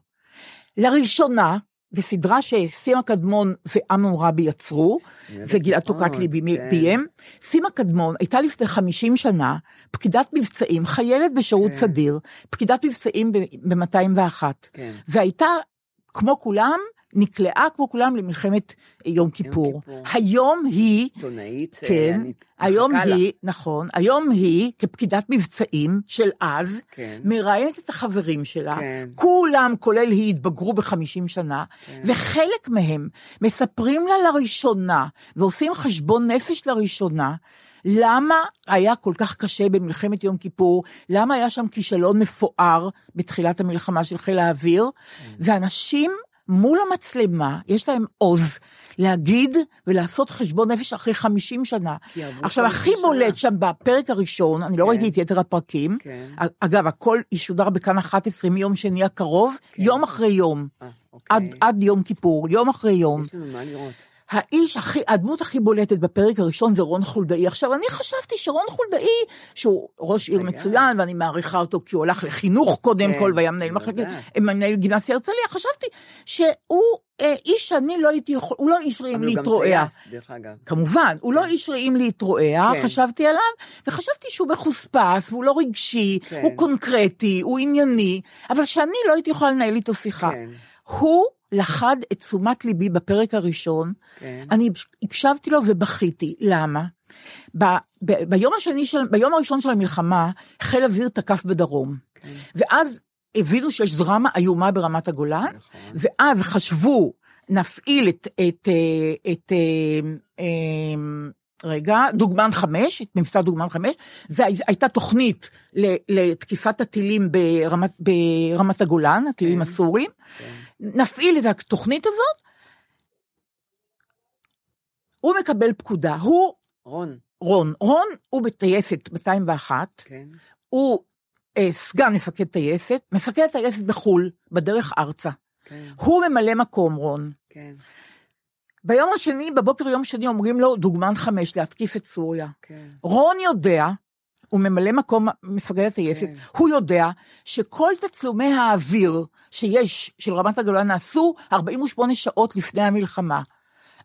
Speaker 5: לראשונה, זו סדרה שסימה קדמון ואמנון רבי יצרו, וגלעד
Speaker 6: מאוד,
Speaker 5: טוקטלי בימי-
Speaker 6: כן.
Speaker 5: ביים. סימה קדמון הייתה לפני 50 שנה פקידת מבצעים, חיילת בשירות
Speaker 6: כן.
Speaker 5: סדיר, פקידת מבצעים ב-201,
Speaker 6: כן.
Speaker 5: והייתה, כמו כולם, נקלעה כמו כולם למלחמת יום כיפור.
Speaker 6: כיפור.
Speaker 5: היום היא
Speaker 6: עיתונאית, אה,
Speaker 5: כן,
Speaker 6: אני
Speaker 5: היום
Speaker 6: מחכה לה.
Speaker 5: היא, נכון, היום היא, כפקידת מבצעים של אז,
Speaker 6: כן.
Speaker 5: מראיינת את החברים שלה,
Speaker 6: כן.
Speaker 5: כולם, כולל היא, התבגרו בחמישים שנה, וחלק מהם מספרים לה לראשונה, ועושים חשבון נפש לראשונה, למה היה כל כך קשה במלחמת יום כיפור, למה היה שם כישלון מפואר בתחילת המלחמה של חיל האוויר,
Speaker 6: כן.
Speaker 5: ואנשים מול המצלמה, יש להם עוז להגיד ולעשות חשבון נפש אחרי 50 שנה.
Speaker 6: כי עברו
Speaker 5: עכשיו,
Speaker 6: 50
Speaker 5: הכי בולט
Speaker 6: שנה.
Speaker 5: שם בפרק הראשון, אני לא
Speaker 6: כן.
Speaker 5: ראיתי את יתר הפרקים,
Speaker 6: כן.
Speaker 5: אגב, הכל ישודר בכאן 11 מיום שני הקרוב,
Speaker 6: כן.
Speaker 5: יום אחרי יום,
Speaker 6: אה, אוקיי.
Speaker 5: עד עד יום כיפור, יום אחרי יום.
Speaker 6: יש לנו מה לראות.
Speaker 5: האיש הכי, הדמות הכי בולטת בפרק הראשון זה רון חולדאי. עכשיו, אני חשבתי שרון חולדאי, שהוא ראש עיר
Speaker 6: היה.
Speaker 5: מצוין, ואני מעריכה אותו כי הוא הלך לחינוך קודם
Speaker 6: כן,
Speaker 5: כל, והיה מנהל
Speaker 6: אני
Speaker 5: מחלקת,
Speaker 6: יודעת.
Speaker 5: מנהל גימנסיה הרצליה, חשבתי שהוא אה, איש שאני לא הייתי יכול, הוא לא איש רעים
Speaker 6: אבל הוא גם
Speaker 5: להתרועע.
Speaker 6: טייס, דרך אגב.
Speaker 5: כמובן, הוא לא איש רעים להתרועע,
Speaker 6: כן.
Speaker 5: כן. חשבתי עליו, וחשבתי שהוא מחוספס, והוא לא רגשי,
Speaker 6: כן.
Speaker 5: כן. הוא קונקרטי, הוא ענייני, אבל שאני לא הייתי יכולה לנהל איתו שיחה.
Speaker 6: כן,
Speaker 5: הוא לחד את תשומת ליבי בפרק הראשון,
Speaker 6: כן.
Speaker 5: אני הקשבתי לו ובכיתי, למה? ב, ב, ביום, השני של, ביום הראשון של המלחמה, חיל אוויר תקף בדרום,
Speaker 6: כן.
Speaker 5: ואז הבינו שיש דרמה איומה ברמת הגולן,
Speaker 6: נכון.
Speaker 5: ואז חשבו, נפעיל את, את, אה, את אה, אה, רגע, דוגמן חמש, את מבצע דוגמן חמש, זו הייתה תוכנית ל- לתקיפת הטילים ברמת, ברמת הגולן, הטילים
Speaker 6: כן.
Speaker 5: הסורים. נפעיל את התוכנית הזאת, הוא מקבל פקודה, הוא,
Speaker 6: רון,
Speaker 5: רון, רון הוא בטייסת 201,
Speaker 6: כן.
Speaker 5: הוא אה, סגן מפקד טייסת, מפקד הטייסת בחו"ל, בדרך ארצה.
Speaker 6: כן,
Speaker 5: הוא ממלא מקום, רון.
Speaker 6: כן,
Speaker 5: ביום השני, בבוקר יום שני, אומרים לו, דוגמן חמש, להתקיף את סוריה.
Speaker 6: כן.
Speaker 5: רון יודע, הוא ממלא מקום מפקד הטייסת,
Speaker 6: כן.
Speaker 5: הוא יודע שכל תצלומי האוויר שיש של רמת הגולן נעשו 48 שעות לפני המלחמה.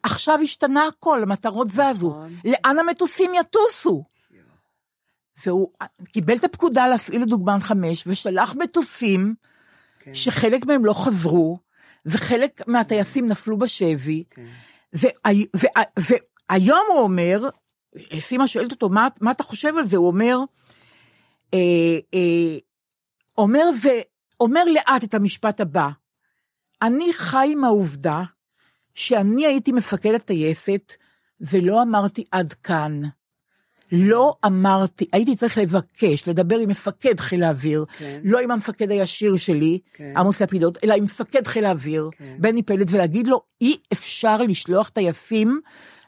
Speaker 5: עכשיו השתנה הכל, המטרות זזו.
Speaker 6: נכון.
Speaker 5: לאן המטוסים יטוסו?
Speaker 6: יואו.
Speaker 5: והוא קיבל את הפקודה להפעיל את דוגמן חמש, ושלח מטוסים
Speaker 6: כן.
Speaker 5: שחלק מהם לא חזרו, וחלק מהטייסים נפלו בשבי,
Speaker 6: כן.
Speaker 5: והי- וה- והיום הוא אומר, סימה שואלת אותו, מה, מה אתה חושב על זה? הוא אומר, אה, אה, אומר, ו, אומר לאט את המשפט הבא, אני חי עם העובדה שאני הייתי מפקד הטייסת ולא אמרתי עד כאן. לא אמרתי, הייתי צריך לבקש, לדבר עם מפקד חיל האוויר,
Speaker 6: כן.
Speaker 5: לא עם המפקד הישיר שלי,
Speaker 6: כן.
Speaker 5: עמוס לפידות, אלא עם מפקד חיל האוויר,
Speaker 6: כן.
Speaker 5: בני פלד, ולהגיד לו, אי אפשר לשלוח טייסים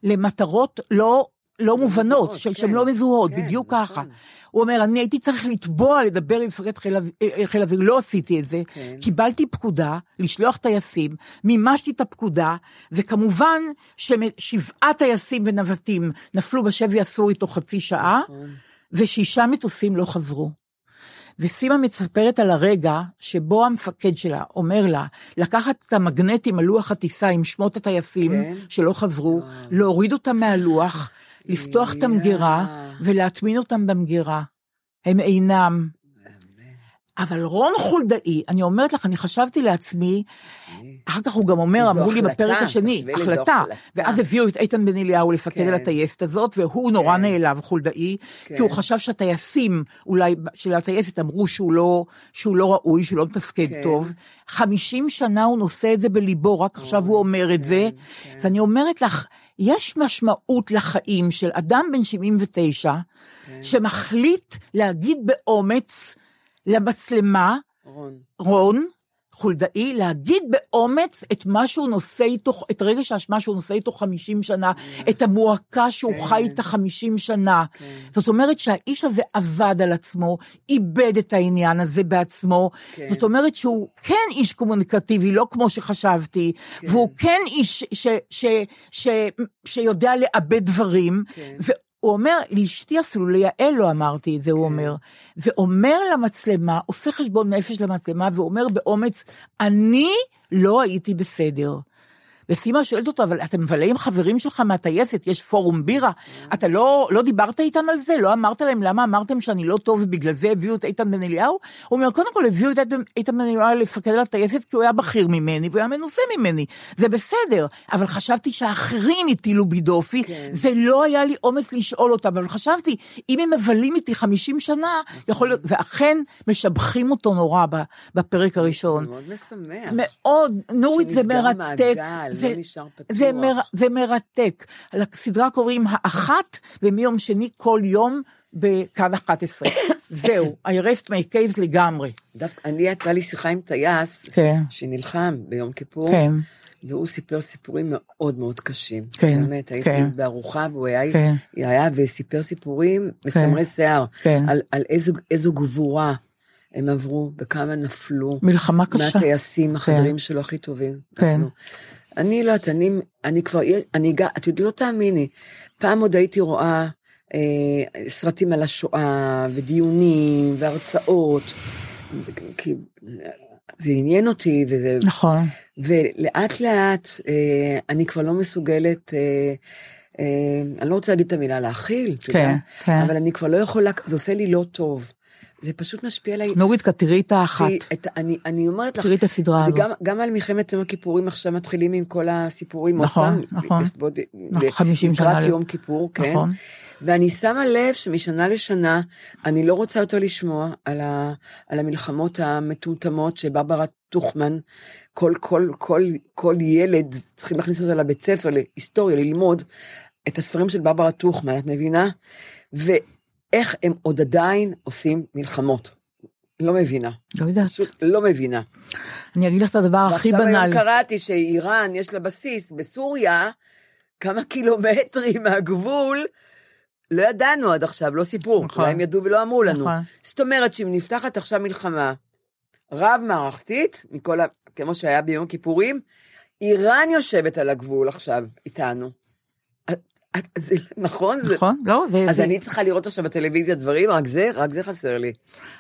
Speaker 5: למטרות לא, לא מובנות,
Speaker 6: מזוהות,
Speaker 5: של-
Speaker 6: כן.
Speaker 5: שהן לא מזוהות,
Speaker 6: כן,
Speaker 5: בדיוק
Speaker 6: נכון.
Speaker 5: ככה. הוא אומר, אני הייתי צריך לתבוע לדבר עם מפקד חיל האו- אה, חיל האוויר, לא עשיתי את זה.
Speaker 6: כן.
Speaker 5: קיבלתי פקודה לשלוח טייסים, מימשתי את הפקודה, וכמובן ששבעה טייסים ונווטים נפלו בשבי הסורי תוך חצי שעה,
Speaker 6: נכון.
Speaker 5: ושישה מטוסים לא חזרו. וסימה מספרת על הרגע שבו המפקד שלה אומר לה לקחת את המגנטים על לוח הטיסה עם שמות הטייסים
Speaker 6: כן. אה.
Speaker 5: כן. שלא חזרו, להוריד אותם מהלוח, לפתוח את המגירה
Speaker 6: יא.
Speaker 5: ולהטמין אותם במגירה. הם אינם. אבל רון חולדאי, אני אומרת לך, אני חשבתי לעצי, אחר כך הוא גם אומר,
Speaker 6: זו
Speaker 5: אמרו לי
Speaker 6: החלטה,
Speaker 5: בפרק השני,
Speaker 6: תשווה לזה
Speaker 5: החלטה,
Speaker 6: החלטה.
Speaker 5: ואז הביאו את איתן בן אליהו לפקד
Speaker 6: כן.
Speaker 5: על הטייסת הזאת, והוא נורא נעלב, חולדאי,
Speaker 6: כן.
Speaker 5: כי הוא חשב שהטייסים, אולי, של הטייסת אמרו שהוא לא, שהוא לא ראוי, שהוא לא מתפקד
Speaker 6: כן.
Speaker 5: טוב. 50 שנה הוא נושא את זה בליבו, רק עכשיו הוא אומר את זה, ואני אומרת לך, יש משמעות לחיים של אדם בן 79, שמחליט להגיד באומץ למצלמה,
Speaker 6: רון,
Speaker 5: רון, חולדאי להגיד באומץ את מה שהוא נושא איתו, את רגש האשמה שהוא נושא איתו 50 שנה, את המועקה שהוא חי איתה 50 שנה. זאת אומרת שהאיש הזה עבד על עצמו, איבד את העניין הזה בעצמו. זאת אומרת שהוא כן איש קומוניקטיבי, לא כמו שחשבתי, והוא כן איש ש- ש- ש- שיודע לעבד דברים, ו- הוא אומר, לאשתי אפילו, ליעל לא אמרתי את זה, הוא אומר. ואומר למצלמה, עושה חשבון נפש למצלמה, ואומר באומץ, אני לא הייתי בסדר. וסימה שואלת אותו, אבל אתה מבלה עם חברים שלך מהטייסת, יש פורום בירה, אתה לא, לא דיברת איתם על זה? לא אמרת להם למה אמרתם שאני לא טוב ובגלל זה הביאו את איתן בן אליהו? הוא אומר, קודם כל הביאו את איתן- איתן בן אליהו לפקד על הטייסת כי הוא היה בכיר ממני והוא היה מנוסה ממני, זה בסדר, אבל חשבתי שהאחרים הטילו בי דופי, ולא היה לי אומץ לשאול אותם, אבל חשבתי, אם הם מבלים איתי 50 שנה, יכול להיות, ואכן משבחים אותו נורא ב- בפרק הראשון.
Speaker 6: מאוד משמח.
Speaker 5: מאוד, נורית זה
Speaker 6: שנסגר
Speaker 5: מרתק.
Speaker 6: מעגל, לא
Speaker 5: זה,
Speaker 6: נשאר פתוח.
Speaker 5: זה, מר, זה מרתק. לסדרה קוראים האחת, ומיום שני כל יום בכאן 11. זהו, I rest my case לגמרי.
Speaker 6: דווקא אני, הייתה לי שיחה עם טייס,
Speaker 5: כן.
Speaker 6: שנלחם ביום כיפור,
Speaker 5: כן.
Speaker 6: והוא סיפר סיפורים מאוד מאוד קשים.
Speaker 5: כן,
Speaker 6: באמת, הייתי
Speaker 5: כן.
Speaker 6: בארוחה, והוא היה,
Speaker 5: כן.
Speaker 6: היה וסיפר סיפורים מסמרי שיער,
Speaker 5: כן.
Speaker 6: על, על איזו, איזו גבורה הם עברו, וכמה נפלו.
Speaker 5: מלחמה קשה.
Speaker 6: מהטייסים, החברים שלו הכי טובים.
Speaker 5: כן.
Speaker 6: אנחנו- אני לא יודעת, אני, אני כבר, אני גם, את יודעת, לא תאמיני, פעם עוד הייתי רואה אה, סרטים על השואה, ודיונים, והרצאות, כי זה עניין אותי, וזה,
Speaker 5: נכון.
Speaker 6: ולאט לאט אה, אני כבר לא מסוגלת, אה, אה, אני לא רוצה להגיד את המילה להכיל, אתה יודע,
Speaker 5: כן, כן.
Speaker 6: אבל אני כבר לא יכולה, זה עושה לי לא טוב. זה פשוט משפיע עליי.
Speaker 5: נורית, תראי את האחת.
Speaker 6: כי את, אני, אני אומרת לך,
Speaker 5: תראי את הסדרה
Speaker 6: זה
Speaker 5: הזאת.
Speaker 6: גם, גם על מלחמת יום הכיפורים עכשיו מתחילים עם כל הסיפורים. עוד
Speaker 5: נכון,
Speaker 6: פעם,
Speaker 5: נכון.
Speaker 6: לכבוד-
Speaker 5: נכון, 50 שנה
Speaker 6: לקראת
Speaker 5: ל-
Speaker 6: יום כיפור, כן.
Speaker 5: נכון.
Speaker 6: ואני שמה לב שמשנה לשנה אני לא רוצה יותר לשמוע על, ה, על המלחמות המטומטמות שברברה טוכמן, כל, כל, כל, כל ילד צריכים להכניס אותה לבית ספר להיסטוריה, ללמוד את הספרים של ברברה טוכמן, את מבינה? ואיך הם עוד עדיין עושים מלחמות. לא מבינה,
Speaker 5: לא יודעת.
Speaker 6: פשוט לא מבינה.
Speaker 5: אני אגיד לך את הדבר הכי
Speaker 6: ועכשיו היום
Speaker 5: בנאלי.
Speaker 6: קראתי שאיראן יש לה בסיס בסוריה, כמה קילומטרים מהגבול, לא ידענו עד עכשיו, לא סיפרו,
Speaker 5: נכון.
Speaker 6: אולי הם ידעו ולא אמרו לנו.
Speaker 5: נכון.
Speaker 6: זאת אומרת שאם נפתחת עכשיו מלחמה רב-מערכתית, מכל ה... כמו שהיה ביום הכיפורים, איראן יושבת על הגבול עכשיו איתנו. את- את- זה, נכון? זה-
Speaker 5: נכון? לא, זה...
Speaker 6: אז
Speaker 5: זה-
Speaker 6: אני צריכה לראות עכשיו בטלוויזיה דברים, רק זה, רק זה חסר לי.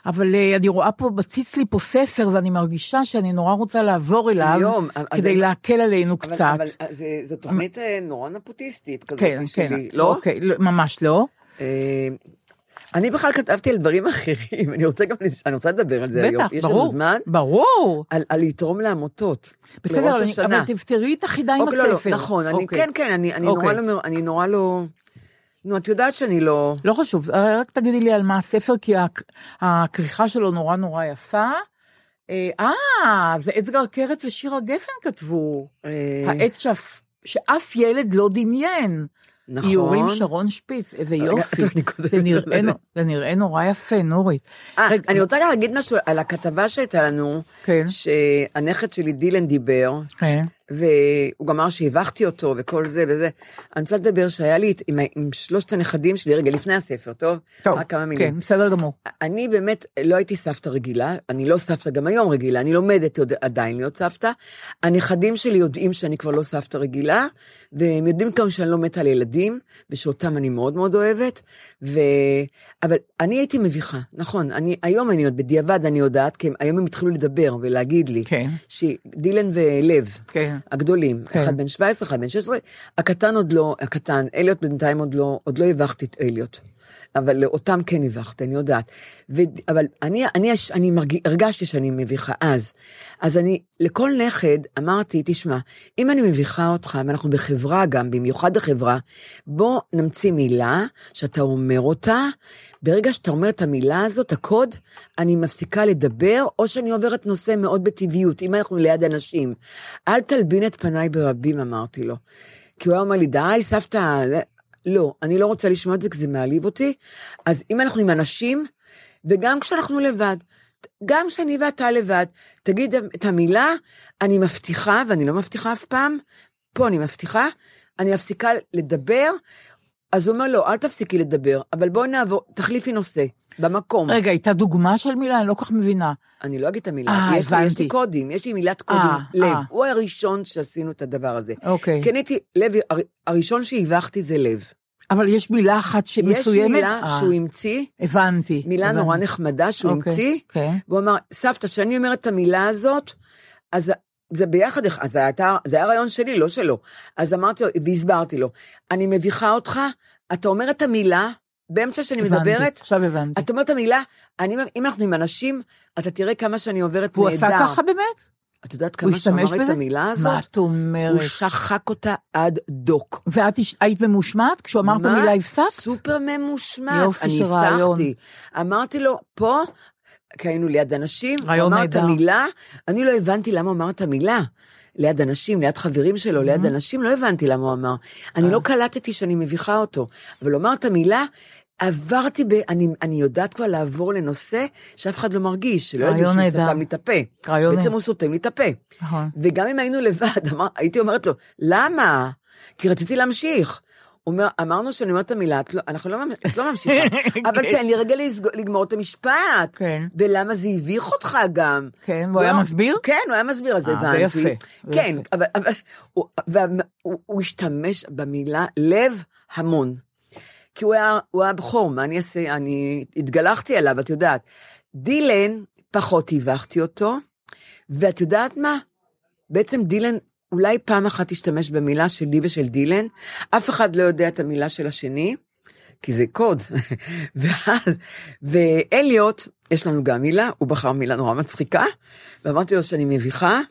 Speaker 5: אבל אה, אני רואה פה, מציץ לי פה ספר, ואני מרגישה שאני נורא רוצה לעבור אליו,
Speaker 6: היום, אז
Speaker 5: כדי
Speaker 6: אני-
Speaker 5: להקל עלינו
Speaker 6: אבל,
Speaker 5: קצת.
Speaker 6: אבל אה, זה, זו תוכנית אה, נורא נפוטיסטית כזאת
Speaker 5: כן,
Speaker 6: שלי,
Speaker 5: כן.
Speaker 6: לא?
Speaker 5: אוקיי, לא, ממש לא.
Speaker 6: אה, אני בכלל כתבתי על דברים אחרים, אני רוצה גם, לס- אני רוצה לדבר על זה היום.
Speaker 5: בטח, ברור.
Speaker 6: יש לנו זמן?
Speaker 5: ברור.
Speaker 6: על, על לתרום לעמותות.
Speaker 5: בסדר,
Speaker 6: לראש
Speaker 5: אבל אני-
Speaker 6: השנה.
Speaker 5: אבל תפתרי את החידה עם
Speaker 6: אוקיי, לא, לא,
Speaker 5: הספר.
Speaker 6: נכון, אני,
Speaker 5: אוקיי.
Speaker 6: כן, כן, אני, אני
Speaker 5: אוקיי.
Speaker 6: נורא לא, אני נורא לא, נו, את יודעת שאני לא,
Speaker 5: לא חשוב, אה, רק תגידי לי על מה הספר, כי הכ- הכריכה שלו נורא נורא יפה. אה, אה, זה אדגר קרת ושירה גפן כתבו.
Speaker 6: אה,
Speaker 5: העץ שאף- שאף ילד לא דמיין.
Speaker 6: נכון. אה,
Speaker 5: איורים שרון שפיץ, איזה
Speaker 6: רגע,
Speaker 5: יופי.
Speaker 6: אני כותבת
Speaker 5: זה נראה
Speaker 6: על זה.
Speaker 5: נו- זה נראה נורא יפה, נורית.
Speaker 6: אה,
Speaker 5: רגע,
Speaker 6: אני רוצה גם להגיד משהו על הכתבה שהייתה לנו,
Speaker 5: כן.
Speaker 6: שהנכד שלי דילן דיבר,
Speaker 5: כן,
Speaker 6: והוא גם אמר שהבכתי אותו וכל זה וזה. אני רוצה לדבר שהיה לי את- עם, ה- עם שלושת הנכדים שלי, רגע, לפני הספר, טוב?
Speaker 5: טוב,
Speaker 6: רק אה, כמה מילים.
Speaker 5: כן, בסדר גמור.
Speaker 6: אני באמת לא הייתי סבתא רגילה, אני לא סבתא גם היום רגילה, אני לומדת עוד, עדיין להיות סבתא. הנכדים שלי יודעים שאני כבר לא סבתא רגילה, והם יודעים גם שאני לא מתה על ילדים, ושאותם אני מאוד מאוד אוהבת. ו... אבל אני הייתי מביכה, נכון, אני, היום אני עוד, בדיעבד אני יודעת, כי הם, היום הם התחילו לדבר ולהגיד לי,
Speaker 5: כן.
Speaker 6: שדילן ולב,
Speaker 5: כן.
Speaker 6: הגדולים,
Speaker 5: כן.
Speaker 6: כן. אחד בן 17, אחד בן 16, הקטן עוד לא, הקטן, אליוט בינתיים עוד לא, עוד לא הבכתי את אליוט. אבל אותם כן הבכת, אני יודעת. ו, אבל אני, אני, הש- אני מרג, הרגשתי שאני מביכה אז. אז אני, לכל נכד אמרתי, תשמע, אם אני מביכה אותך, ואנחנו בחברה גם, במיוחד בחברה, בוא נמציא מילה שאתה אומר אותה, ברגע שאתה אומר את המילה הזאת, הקוד, אני מפסיקה לדבר, או שאני עוברת נושא מאוד בטבעיות, אם אנחנו ליד אנשים. אל תלבין את פניי ברבים, אמרתי לו. כי הוא היה אומר לי, די, סבתא, זה- לא, אני לא רוצה לשמוע את זה, כי זה מעליב אותי. אז אם אנחנו עם אנשים, וגם כשאנחנו לבד, גם כשאני ואתה לבד, תגיד את המילה, אני מבטיחה, ואני לא מבטיחה אף פעם, פה אני מבטיחה, אני מפסיקה לדבר, אז הוא אומר, לא, אל תפסיקי לדבר, אבל בואי נעבור, תחליפי נושא, במקום.
Speaker 5: רגע, הייתה דוגמה של מילה? אני לא כל כך מבינה.
Speaker 6: אני לא אגיד את המילה,
Speaker 5: אה,
Speaker 6: יש לי, יש לי
Speaker 5: הבנתי.
Speaker 6: קודים, יש לי מילת קודים,
Speaker 5: אה,
Speaker 6: לב.
Speaker 5: אה.
Speaker 6: הוא הראשון שעשינו את הדבר הזה.
Speaker 5: אוקיי.
Speaker 6: קניתי, לב, הר- הראשון שהיווחתי זה לב.
Speaker 5: אבל יש מילה אחת
Speaker 6: יש
Speaker 5: שמסוימת?
Speaker 6: מילה
Speaker 5: אה,
Speaker 6: שהוא המציא,
Speaker 5: הבנתי.
Speaker 6: מילה נורא
Speaker 5: הבנתי.
Speaker 6: נחמדה שהוא
Speaker 5: אוקיי,
Speaker 6: המציא,
Speaker 5: אוקיי.
Speaker 6: והוא אמר, סבתא, כשאני אומרת את המילה הזאת, אז זה ביחד, אז זה היה, זה היה רעיון שלי, לא שלו. אז אמרתי לו, והסברתי לו, אני מביכה אותך, אתה אומר את המילה, באמצע שאני
Speaker 5: הבנתי,
Speaker 6: מדברת,
Speaker 5: עכשיו הבנתי.
Speaker 6: אתה אומר את המילה, אני, אם אנחנו עם אנשים, אתה תראה כמה שאני עוברת
Speaker 5: והוא
Speaker 6: נהדר.
Speaker 5: עשה ככה באמת?
Speaker 6: את יודעת
Speaker 5: הוא
Speaker 6: כמה שהוא
Speaker 5: השתמש
Speaker 6: אמר
Speaker 5: בזה?
Speaker 6: את המילה
Speaker 5: מה
Speaker 6: הזאת?
Speaker 5: את אומרת?
Speaker 6: הוא שחק אותה עד דוק.
Speaker 5: ואת הש- היית ממושמעת? כשהוא אמר את
Speaker 6: מה?
Speaker 5: המילה הפסקת?
Speaker 6: סופר ממושמעת.
Speaker 5: יופי
Speaker 6: אני
Speaker 5: של רעיון.
Speaker 6: הבטחתי. אמרתי לו, פה, כי היינו ליד אנשים, הוא
Speaker 5: רעיון
Speaker 6: אמר את
Speaker 5: נהדר.
Speaker 6: המילה, אני לא הבנתי למה הוא אמר את המילה. ליד אנשים, ליד חברים שלו,
Speaker 5: Mm-hmm.
Speaker 6: ליד אנשים, לא הבנתי למה הוא אמר. אני
Speaker 5: אה.
Speaker 6: לא קלטתי שאני מביכה אותו, אבל לומר את המילה, עברתי ב... אני, אני יודעת כבר לעבור לנושא שאף אחד לא מרגיש, שלא ידעו
Speaker 5: רעיון
Speaker 6: שהוא
Speaker 5: נהדר.
Speaker 6: סתם לי את הפה.
Speaker 5: רעיון
Speaker 6: בעצם
Speaker 5: נהדר.
Speaker 6: הוא סותם לי את הפה.
Speaker 5: נכון.
Speaker 6: וגם אם היינו לבד, אמר, הייתי אומרת לו, למה? כי רציתי להמשיך. הוא אומר, אמרנו שאני אומרת את המילה, את לא, אנחנו לא, ממ- את לא ממשיכה, אבל תן לי רגע לסג- לגמור את המשפט.
Speaker 5: כן.
Speaker 6: ולמה זה הביך אותך גם.
Speaker 5: כן, והוא היה
Speaker 6: לא,
Speaker 5: מסביר?
Speaker 6: כן, הוא היה מסביר, אז
Speaker 5: אה, זה
Speaker 6: הבנתי.
Speaker 5: יפה, זה
Speaker 6: כן,
Speaker 5: יפה.
Speaker 6: אבל, אבל הוא, וה- הוא, הוא השתמש במילה לב המון. כי הוא היה, הוא היה בכור, מה אני אעשה? אני התגלחתי עליו, את יודעת. דילן, פחות היווחתי אותו, ואת יודעת מה? בעצם דילן, אולי פעם אחת השתמש במילה שלי ושל דילן, אף אחד לא יודע את המילה של השני, כי זה קוד. ואז, ואליוט, יש לנו גם מילה, הוא בחר מילה נורא מצחיקה, ואמרתי לו שאני מביכה,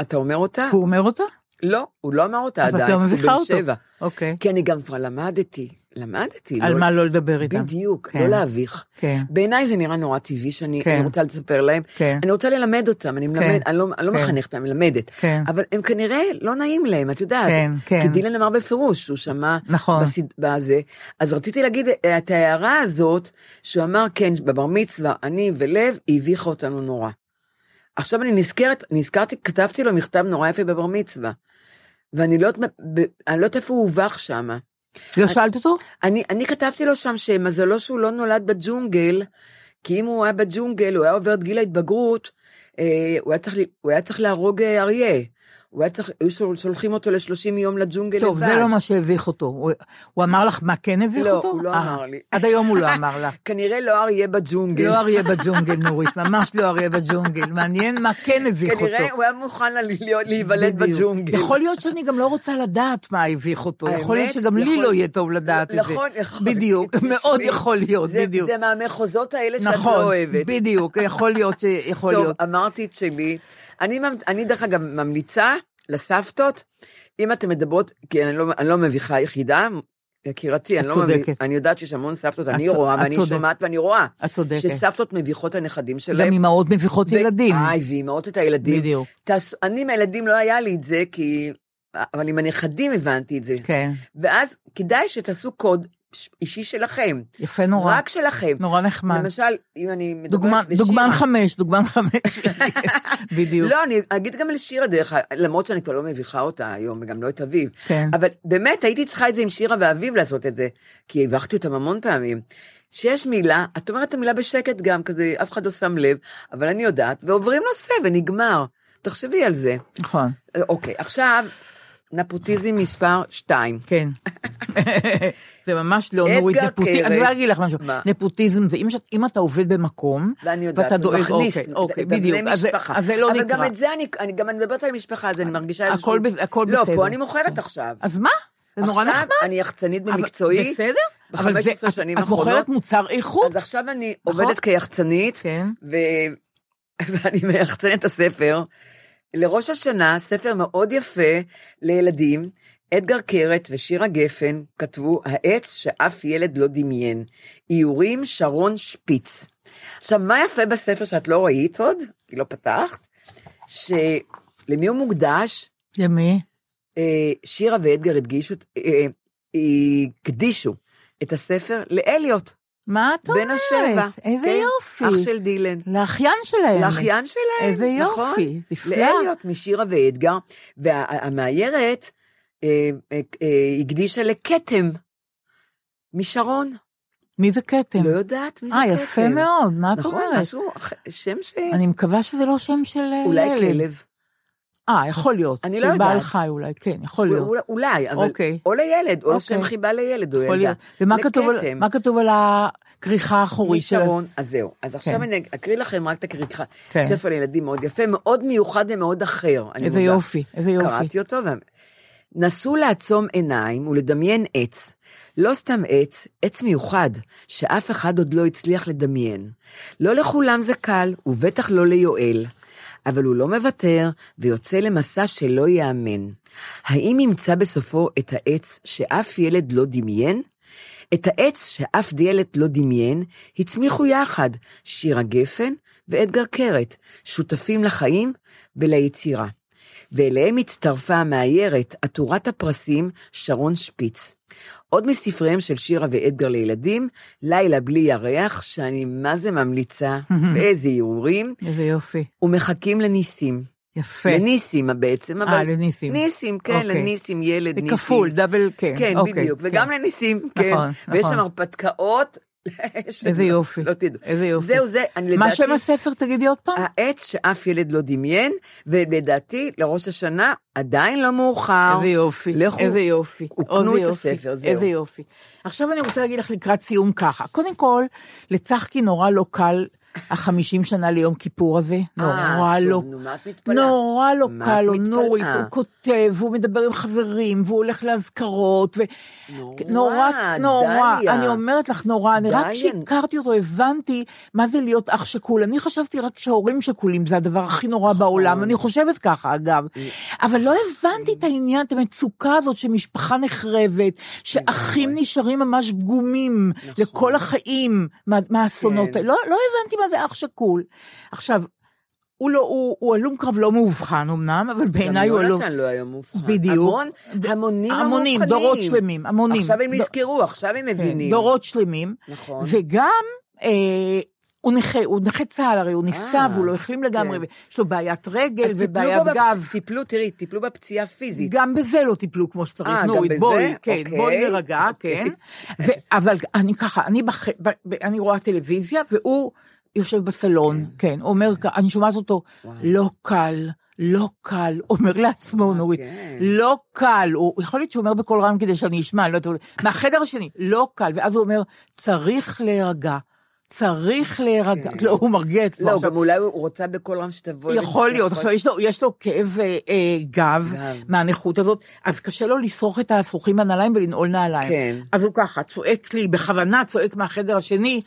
Speaker 6: אתה אומר אותה?
Speaker 5: הוא אומר אותה?
Speaker 6: לא, הוא לא אמר אותה
Speaker 5: אבל את
Speaker 6: עדיין,
Speaker 5: לא
Speaker 6: הוא
Speaker 5: מביכה
Speaker 6: בן
Speaker 5: אותו.
Speaker 6: שבע.
Speaker 5: אוקיי.
Speaker 6: כי אני גם כבר למדתי, למדתי.
Speaker 5: על
Speaker 6: לא-
Speaker 5: מה לא לדבר איתם.
Speaker 6: בדיוק,
Speaker 5: כן.
Speaker 6: לא להביך.
Speaker 5: כן.
Speaker 6: בעיניי זה נראה נורא טבעי שאני
Speaker 5: כן.
Speaker 6: אני רוצה לספר להם.
Speaker 5: כן.
Speaker 6: אני רוצה ללמד אותם, אני מלמד, אני לא, אני לא
Speaker 5: כן.
Speaker 6: מחנכת, אני מלמדת.
Speaker 5: כן.
Speaker 6: אבל הם כנראה לא נעים להם, את יודעת.
Speaker 5: כן, כן.
Speaker 6: כי דילן אמר בפירוש, הוא שמע
Speaker 5: נכון.
Speaker 6: בסד... בזה. אז רציתי להגיד אה, את ההערה הזאת, שהוא אמר, כן, בבר מצווה, אני ולב, היא הביכה אותנו נורא. עכשיו אני נזכרת, נזכרתי, כתבתי לו מכתב נורא יפה בבר מצווה. ואני לא יודעת מה- ב- אני לא יודעת איפה הוא הובך שמה.
Speaker 5: לא שאלת אותו?
Speaker 6: אני, אני כתבתי לו שם שמזלו שהוא לא נולד בג'ונגל, כי אם הוא היה בג'ונגל, הוא היה עובר את גיל ההתבגרות, אה, הוא, היה צריך, ל- הוא היה צריך להרוג אה, אריה. הוא היה צריך, היו שול- שולחים אותו ל-30 יום לג'ונגל
Speaker 5: טוב,
Speaker 6: לבד.
Speaker 5: זה לא מה שהביך אותו. הוא- הוא אמר לך מה כן הביך
Speaker 6: לא,
Speaker 5: אותו?
Speaker 6: הוא לא
Speaker 5: אה,
Speaker 6: אמר לי.
Speaker 5: עד היום הוא לא אמר לך.
Speaker 6: כנראה לא אריה בג'ונגל.
Speaker 5: לא אריה בג'ונגל, נורית, ממש לא אריה בג'ונגל. מעניין מה כן הביך אותו.
Speaker 6: כנראה הוא היה מוכן ל- להיות- להיוולד
Speaker 5: בדיוק.
Speaker 6: בג'ונגל.
Speaker 5: יכול להיות שאני גם לא רוצה לדעת מה הביך אותו, יכול להיות
Speaker 6: האמת,
Speaker 5: שגם לי
Speaker 6: יכול-
Speaker 5: לא יהיה טוב לדעת את זה.
Speaker 6: נכון, יכול.
Speaker 5: בדיוק,
Speaker 6: תשמעי,
Speaker 5: מאוד יכול להיות,
Speaker 6: זה-
Speaker 5: בדיוק.
Speaker 6: זה מהמחוזות האלה שאת
Speaker 5: נכון,
Speaker 6: לא אוהבת.
Speaker 5: בדיוק, יכול להיות ש... יכול
Speaker 6: טוב,
Speaker 5: להיות.
Speaker 6: אמרתי את שלי. אני, ממ- אני דרך אגב ממליצה לסבתות, אם אתן מדברות, כי אני לא, אני לא מביכה יחידה, יקירתי, אני
Speaker 5: את
Speaker 6: לא מביכה,
Speaker 5: צודקת.
Speaker 6: אני יודעת שיש המון סבתות, אני
Speaker 5: צ-
Speaker 6: רואה
Speaker 5: את
Speaker 6: ואני
Speaker 5: צודקת.
Speaker 6: שומעת ואני רואה.
Speaker 5: את צודקת.
Speaker 6: שסבתות מביכות הנכדים שלהם.
Speaker 5: גם אימהות מביכות
Speaker 6: ו-
Speaker 5: ילדים.
Speaker 6: איי, ואימהות את הילדים.
Speaker 5: בדיוק.
Speaker 6: תעש... אני עם הילדים לא היה לי את זה, כי... אבל עם הנכדים הבנתי את זה.
Speaker 5: כן,
Speaker 6: ואז כדאי שתעשו קוד ש- אישי שלכם.
Speaker 5: יפה נורא.
Speaker 6: רק שלכם.
Speaker 5: נורא נחמד.
Speaker 6: למשל, אם אני מדברת...
Speaker 5: דוגמן-
Speaker 6: בשירה-
Speaker 5: דוגמן חמש, דוגמן חמש. בדיוק.
Speaker 6: לא, אני אגיד גם על שירה דרך אגב, למרות שאני כבר לא מביכה אותה היום, וגם לא את אביב.
Speaker 5: כן.
Speaker 6: אבל באמת, הייתי צריכה את זה עם שירה ואביב לעשות את זה, כי הבכתי אותם המון פעמים. שיש מילה, את אומרת את המילה בשקט גם, כזה, אף אחד לא שם לב, אבל אני יודעת, ועוברים נושא ונגמר. תחשבי על זה.
Speaker 5: נכון,
Speaker 6: אוקיי, עכשיו, נפוטיזם מספר 2.
Speaker 5: כן. זה ממש לא
Speaker 6: אדגר
Speaker 5: נורית נפוטיזם.
Speaker 6: קרת.
Speaker 5: אני רוצה להגיד לך משהו.
Speaker 6: מה?
Speaker 5: נפוטיזם זה אם שאת- אם אתה עובד במקום,
Speaker 6: ואני יודעת,
Speaker 5: ואתה דואג,
Speaker 6: מכניס
Speaker 5: אוקיי, אוקיי,
Speaker 6: את הבני
Speaker 5: בדיוק. אז זה-
Speaker 6: משפחה.
Speaker 5: אז זה לא
Speaker 6: אבל גם
Speaker 5: נקרא. אה,
Speaker 6: את זה אני, אני גם אני מדברת על משפחה, אז אני מרגישה
Speaker 5: הכל בס- הכל
Speaker 6: לא,
Speaker 5: בסדר.
Speaker 6: פה אני מוכרת עכשיו.
Speaker 5: אז מה? זה נורא נחמד.
Speaker 6: עכשיו אני יחצנית
Speaker 5: אבל-
Speaker 6: במקצועי.
Speaker 5: בסדר. אבל
Speaker 6: ב-15
Speaker 5: זה- את-
Speaker 6: שנים
Speaker 5: את מוכרת
Speaker 6: האחרונות.
Speaker 5: מוצר איכות.
Speaker 6: אז עכשיו אני
Speaker 5: נכון?
Speaker 6: עובדת כיחצנית,
Speaker 5: כן.
Speaker 6: ו... ואני מייחצנת את הספר. לראש השנה, ספר מאוד יפה לילדים, אדגר קרת ושירה גפן כתבו, העץ שאף ילד לא דמיין, איורים שרון שפיץ. עכשיו, מה יפה בספר שאת לא ראית עוד, כי לא פתחת? שלמי הוא מוקדש?
Speaker 5: למי?
Speaker 6: אה, שירה ואדגר הדגישו, אה, אה, הקדישו את הספר לאליוט.
Speaker 5: מה את אומרת?
Speaker 6: בן השבע.
Speaker 5: איזה
Speaker 6: כן,
Speaker 5: יופי.
Speaker 6: אח של דילן.
Speaker 5: לאחיין שלהם.
Speaker 6: לאחיין שלהם,
Speaker 5: איזה יופי,
Speaker 6: נכון?
Speaker 5: נפלא.
Speaker 6: לאליות משירה ואדגר, והמאיירת אה, אה, אה, הקדישה לכתם משרון.
Speaker 5: מי זה כתם?
Speaker 6: לא יודעת מי זה כתם.
Speaker 5: כן. אה, יפה מאוד, מה את
Speaker 6: נכון,
Speaker 5: אומרת?
Speaker 6: משהו, אח- שם ש...
Speaker 5: אני מקווה שזה לא שם של אה,
Speaker 6: אולי
Speaker 5: ילד.
Speaker 6: כלב.
Speaker 5: אה, יכול להיות.
Speaker 6: אני לא
Speaker 5: של
Speaker 6: יודעת.
Speaker 5: בעל חי אולי, כן, יכול להיות.
Speaker 6: אולי- אולי, אבל...
Speaker 5: אוקיי.
Speaker 6: או לילד, או
Speaker 5: אוקיי.
Speaker 6: לשם חיבה לילד או
Speaker 5: יכול
Speaker 6: ילדה.
Speaker 5: להיות. ומה כתוב על-
Speaker 6: לכתם.
Speaker 5: מה כתוב על הכריכה האחורית של...
Speaker 6: משרון, אז זהו. אז עכשיו
Speaker 5: כן.
Speaker 6: אני אקריא לכם רק את הכריכה.
Speaker 5: כן.
Speaker 6: ספר לילדים מאוד יפה, מאוד מיוחד ומאוד אחר. אני
Speaker 5: איזה
Speaker 6: מודה.
Speaker 5: יופי, איזה יופי.
Speaker 6: קראתי אותו. והם- נסו לעצום עיניים ולדמיין עץ. לא סתם עץ, עץ מיוחד, שאף אחד עוד לא הצליח לדמיין. לא לכולם זה קל, ובטח לא ליואל. אבל הוא לא מוותר, ויוצא למסע שלא ייאמן. האם ימצא בסופו את העץ שאף ילד לא דמיין? את העץ שאף דיילת לא דמיין, הצמיחו יחד שירה גפן ואדגר קרת, שותפים לחיים וליצירה. ואליהם הצטרפה המאיירת, עטורת הפרסים, שרון שפיץ. עוד מספריהם של שירה ואדגר לילדים, לילה בלי ירח, שאני מה זה ממליצה, ואיזה איורים,
Speaker 5: איזה יופי.
Speaker 6: ומחכים לניסים.
Speaker 5: יפה.
Speaker 6: לניסים בעצם, אבל...
Speaker 5: כן. אה, לניסים.
Speaker 6: ניסים, כן,
Speaker 5: אוקיי.
Speaker 6: לניסים, ילד,
Speaker 5: זה
Speaker 6: ניסים.
Speaker 5: כפול, דאבל, כן.
Speaker 6: כן,
Speaker 5: אוקיי,
Speaker 6: בדיוק,
Speaker 5: כן.
Speaker 6: וגם לניסים, כן.
Speaker 5: נכון,
Speaker 6: ויש
Speaker 5: נכון.
Speaker 6: שם הרפתקאות. שאני
Speaker 5: איזה
Speaker 6: לא-
Speaker 5: יופי,
Speaker 6: לא תדעו.
Speaker 5: איזה יופי.
Speaker 6: זהו, זה, אני לדעתי... אה,
Speaker 5: מה שם הספר, תגידי עוד פעם?
Speaker 6: העץ שאף ילד לא דמיין, ולדעתי, לראש השנה, עדיין לא מאוחר.
Speaker 5: איזה יופי,
Speaker 6: לכו,
Speaker 5: איזה יופי.
Speaker 6: וקנו
Speaker 5: איזה
Speaker 6: את
Speaker 5: יופי,
Speaker 6: הספר, זהו.
Speaker 5: איזה יופי. עכשיו אני רוצה להגיד לך לקראת סיום ככה. קודם כל, לצחקי נורא לא קל החמישים שנה ליום כיפור הזה.
Speaker 6: אה,
Speaker 5: נורא
Speaker 6: טוב,
Speaker 5: לא.
Speaker 6: נו, מה את מתפלאה?
Speaker 5: נורא לא
Speaker 6: מה את
Speaker 5: קל לו,
Speaker 6: מתפלאה?
Speaker 5: נורית, הוא כותב, והוא מדבר עם חברים, והוא הולך לאזכרות, ו... נורא, נורא,
Speaker 6: דליה.
Speaker 5: אני אומרת לך נורא, אני רק
Speaker 6: דליה.
Speaker 5: כשהכרתי אותו הבנתי מה זה להיות אח שכול. אני חשבתי רק שהורים שכולים זה הדבר הכי נורא
Speaker 6: נכון.
Speaker 5: בעולם, אני חושבת ככה אגב. אבל לא הבנתי את העניין, את המצוקה הזאת שמשפחה נחרבת, שאחים
Speaker 6: נכון.
Speaker 5: נשארים ממש פגומים לכל החיים מה- מהאסונות
Speaker 6: כן.
Speaker 5: האלה. לא לא הבנתי מה זה אח שכול. עכשיו, הוא לא, הוא, הוא הלום קרב לא מאובחן אמנם, אבל בעיניי הוא
Speaker 6: גם
Speaker 5: הלום...
Speaker 6: יונתן לא היה מובחן.
Speaker 5: בדיוק.
Speaker 6: המון, המונים לא
Speaker 5: המונים,
Speaker 6: המובחנים.
Speaker 5: דורות שלמים, המונים.
Speaker 6: עכשיו הם
Speaker 5: ד-
Speaker 6: נזכרו, עכשיו הם
Speaker 5: לא- כן,
Speaker 6: מבינים.
Speaker 5: דורות שלמים.
Speaker 6: נכון.
Speaker 5: וגם, אה, הוא נכה, הוא נכה צה"ל הרי, הוא נפצע
Speaker 6: אה,
Speaker 5: והוא לא החלים לגמרי,
Speaker 6: כן.
Speaker 5: יש לו בעיית רגל
Speaker 6: אז טיפלו
Speaker 5: ובעיית
Speaker 6: בו בפ-
Speaker 5: גב.
Speaker 6: טיפלו, תראי, טיפלו בפציעה הפיזית.
Speaker 5: גם בזה לא טיפלו כמו
Speaker 6: אה,
Speaker 5: שצריך,
Speaker 6: גם
Speaker 5: נורית,
Speaker 6: בזה?
Speaker 5: בואי, כן,
Speaker 6: אוקיי.
Speaker 5: בואי נרגע, כן. ו- אבל אני ככה, אני בח- ב- ב- אני רואה טלוויזיה, והוא יושב בסלון, כן, הוא אומר, כ- אני שומעת אותו, לא קל. לא קל, אומר לעצמו נורית,
Speaker 6: כן.
Speaker 5: לא קל, הוא יכול להיות שהוא אומר בקול רם כדי שאני אשמע, אני לא יודעת, אבל- מהחדר השני, לא קל, ואז הוא אומר, צריך להירגע, צריך להירגע, לא, הוא מרגיע את עצמו
Speaker 6: לא,
Speaker 5: עכשיו.
Speaker 6: גם אולי הוא רוצה בכל רם שתבוא.
Speaker 5: יכול
Speaker 6: אלינו,
Speaker 5: להיות, עכשיו יש לו, יש לו כאב אה, אה, גב
Speaker 6: גב.
Speaker 5: מהנכות הזאת, אז קשה לו לסרוך את האפרוחים מהנעליים ולנעול נעליים.
Speaker 6: כן.
Speaker 5: אז הוא ככה, צועק לי, בכוונה צועק מהחדר השני,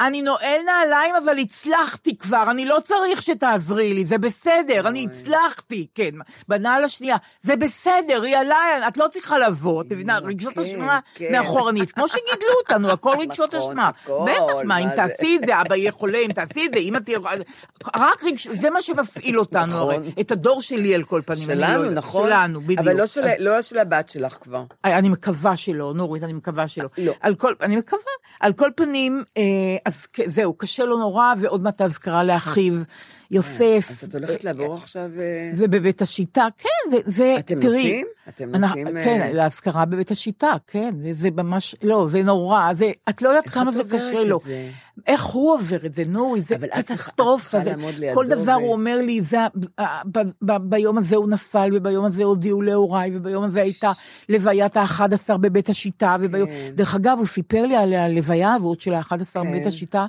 Speaker 5: אני נועל נעליים, אבל הצלחתי כבר, אני לא צריך שתעזרי לי, זה בסדר, אני הצלחתי, כן. בנעל השנייה, זה בסדר, היא עליי, את לא צריכה לבוא, את מבינה, רגשות
Speaker 6: כן,
Speaker 5: אשמה
Speaker 6: כן.
Speaker 5: מאחורנית, כמו שגידלו אותנו, הכל רגשות
Speaker 6: נכון,
Speaker 5: אשמה.
Speaker 6: הכל,
Speaker 5: בטח, מה,
Speaker 6: מה
Speaker 5: אם
Speaker 6: זה?
Speaker 5: תעשי את זה, אבא יהיה חולה, אם תעשי את זה, אמא תהיה... רק רגש... זה מה שמפעיל אותנו, הרי.
Speaker 6: נכון.
Speaker 5: את הדור שלי על כל פנים. אני לא
Speaker 6: שלנו,
Speaker 5: יודעת.
Speaker 6: נכון?
Speaker 5: שלנו, בדיוק.
Speaker 6: אבל לא של- לא של הבת שלך כבר.
Speaker 5: אז- אני מקווה שלא, נורית, אני מקווה שלא.
Speaker 6: לא.
Speaker 5: על כל, אני מקווה. על כל פנים, אה, אז כ- זהו, קשה לו נורא, ועוד מעט האזכרה לאחיו, יוסף.
Speaker 6: אה, אז את הולכת לעבור עכשיו... אה,
Speaker 5: ובבית השיטה, כן, זה, זה
Speaker 6: אתם
Speaker 5: תראי,
Speaker 6: נוסעים? אתם
Speaker 5: אנ-
Speaker 6: נוסעים,
Speaker 5: כן,
Speaker 6: אה,
Speaker 5: להשכרה בבית השיטה, כן, זה, זה ממש, לא, זה נורא, זה, את לא יודעת
Speaker 6: איך
Speaker 5: כמה
Speaker 6: את
Speaker 5: זה
Speaker 6: עוברת
Speaker 5: קשה
Speaker 6: את
Speaker 5: לו.
Speaker 6: זה?
Speaker 5: איך הוא עובר את זה, נורי, זה
Speaker 6: אבל את צריכה-
Speaker 5: קטסטרופה,
Speaker 6: את צריכה
Speaker 5: זה-
Speaker 6: לעמוד לידו
Speaker 5: כל דבר
Speaker 6: ו-
Speaker 5: הוא אומר לי, זה, ה- ה- ב, ב, ביום הזה הוא נפל, וביום הזה הודיעו להוריי, וביום הזה הייתה לוויית ה-11 בבית השיטה, וביום,
Speaker 6: כן.
Speaker 5: דרך אגב, הוא סיפר לי על הלוויה הזאת של ה-11
Speaker 6: כן.
Speaker 5: בבית השיטה,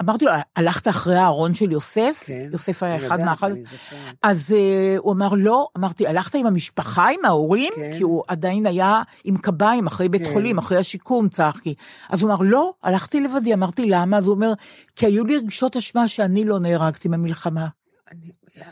Speaker 5: שאמרתי לו, הלכת אחרי הארון של יוסף?
Speaker 6: כן.
Speaker 5: יוסף היה
Speaker 6: אני
Speaker 5: אחד
Speaker 6: יודעת,
Speaker 5: מהאחד.
Speaker 6: אני זוכרת.
Speaker 5: אז uh, הוא אמר, לא, אמרתי, הלכת עם המשפחה, עם ההורים?
Speaker 6: כן.
Speaker 5: כי הוא עדיין היה עם קביים אחרי בית
Speaker 6: כן.
Speaker 5: חולים, אחרי השיקום, צחקי. אז הוא אמר, לא, הלכתי לבדי, אמרתי, למה? אז הוא אומר, כי היו לי רגשות אשמה שאני לא נהרגתי במלחמה.
Speaker 6: אני- יאללה.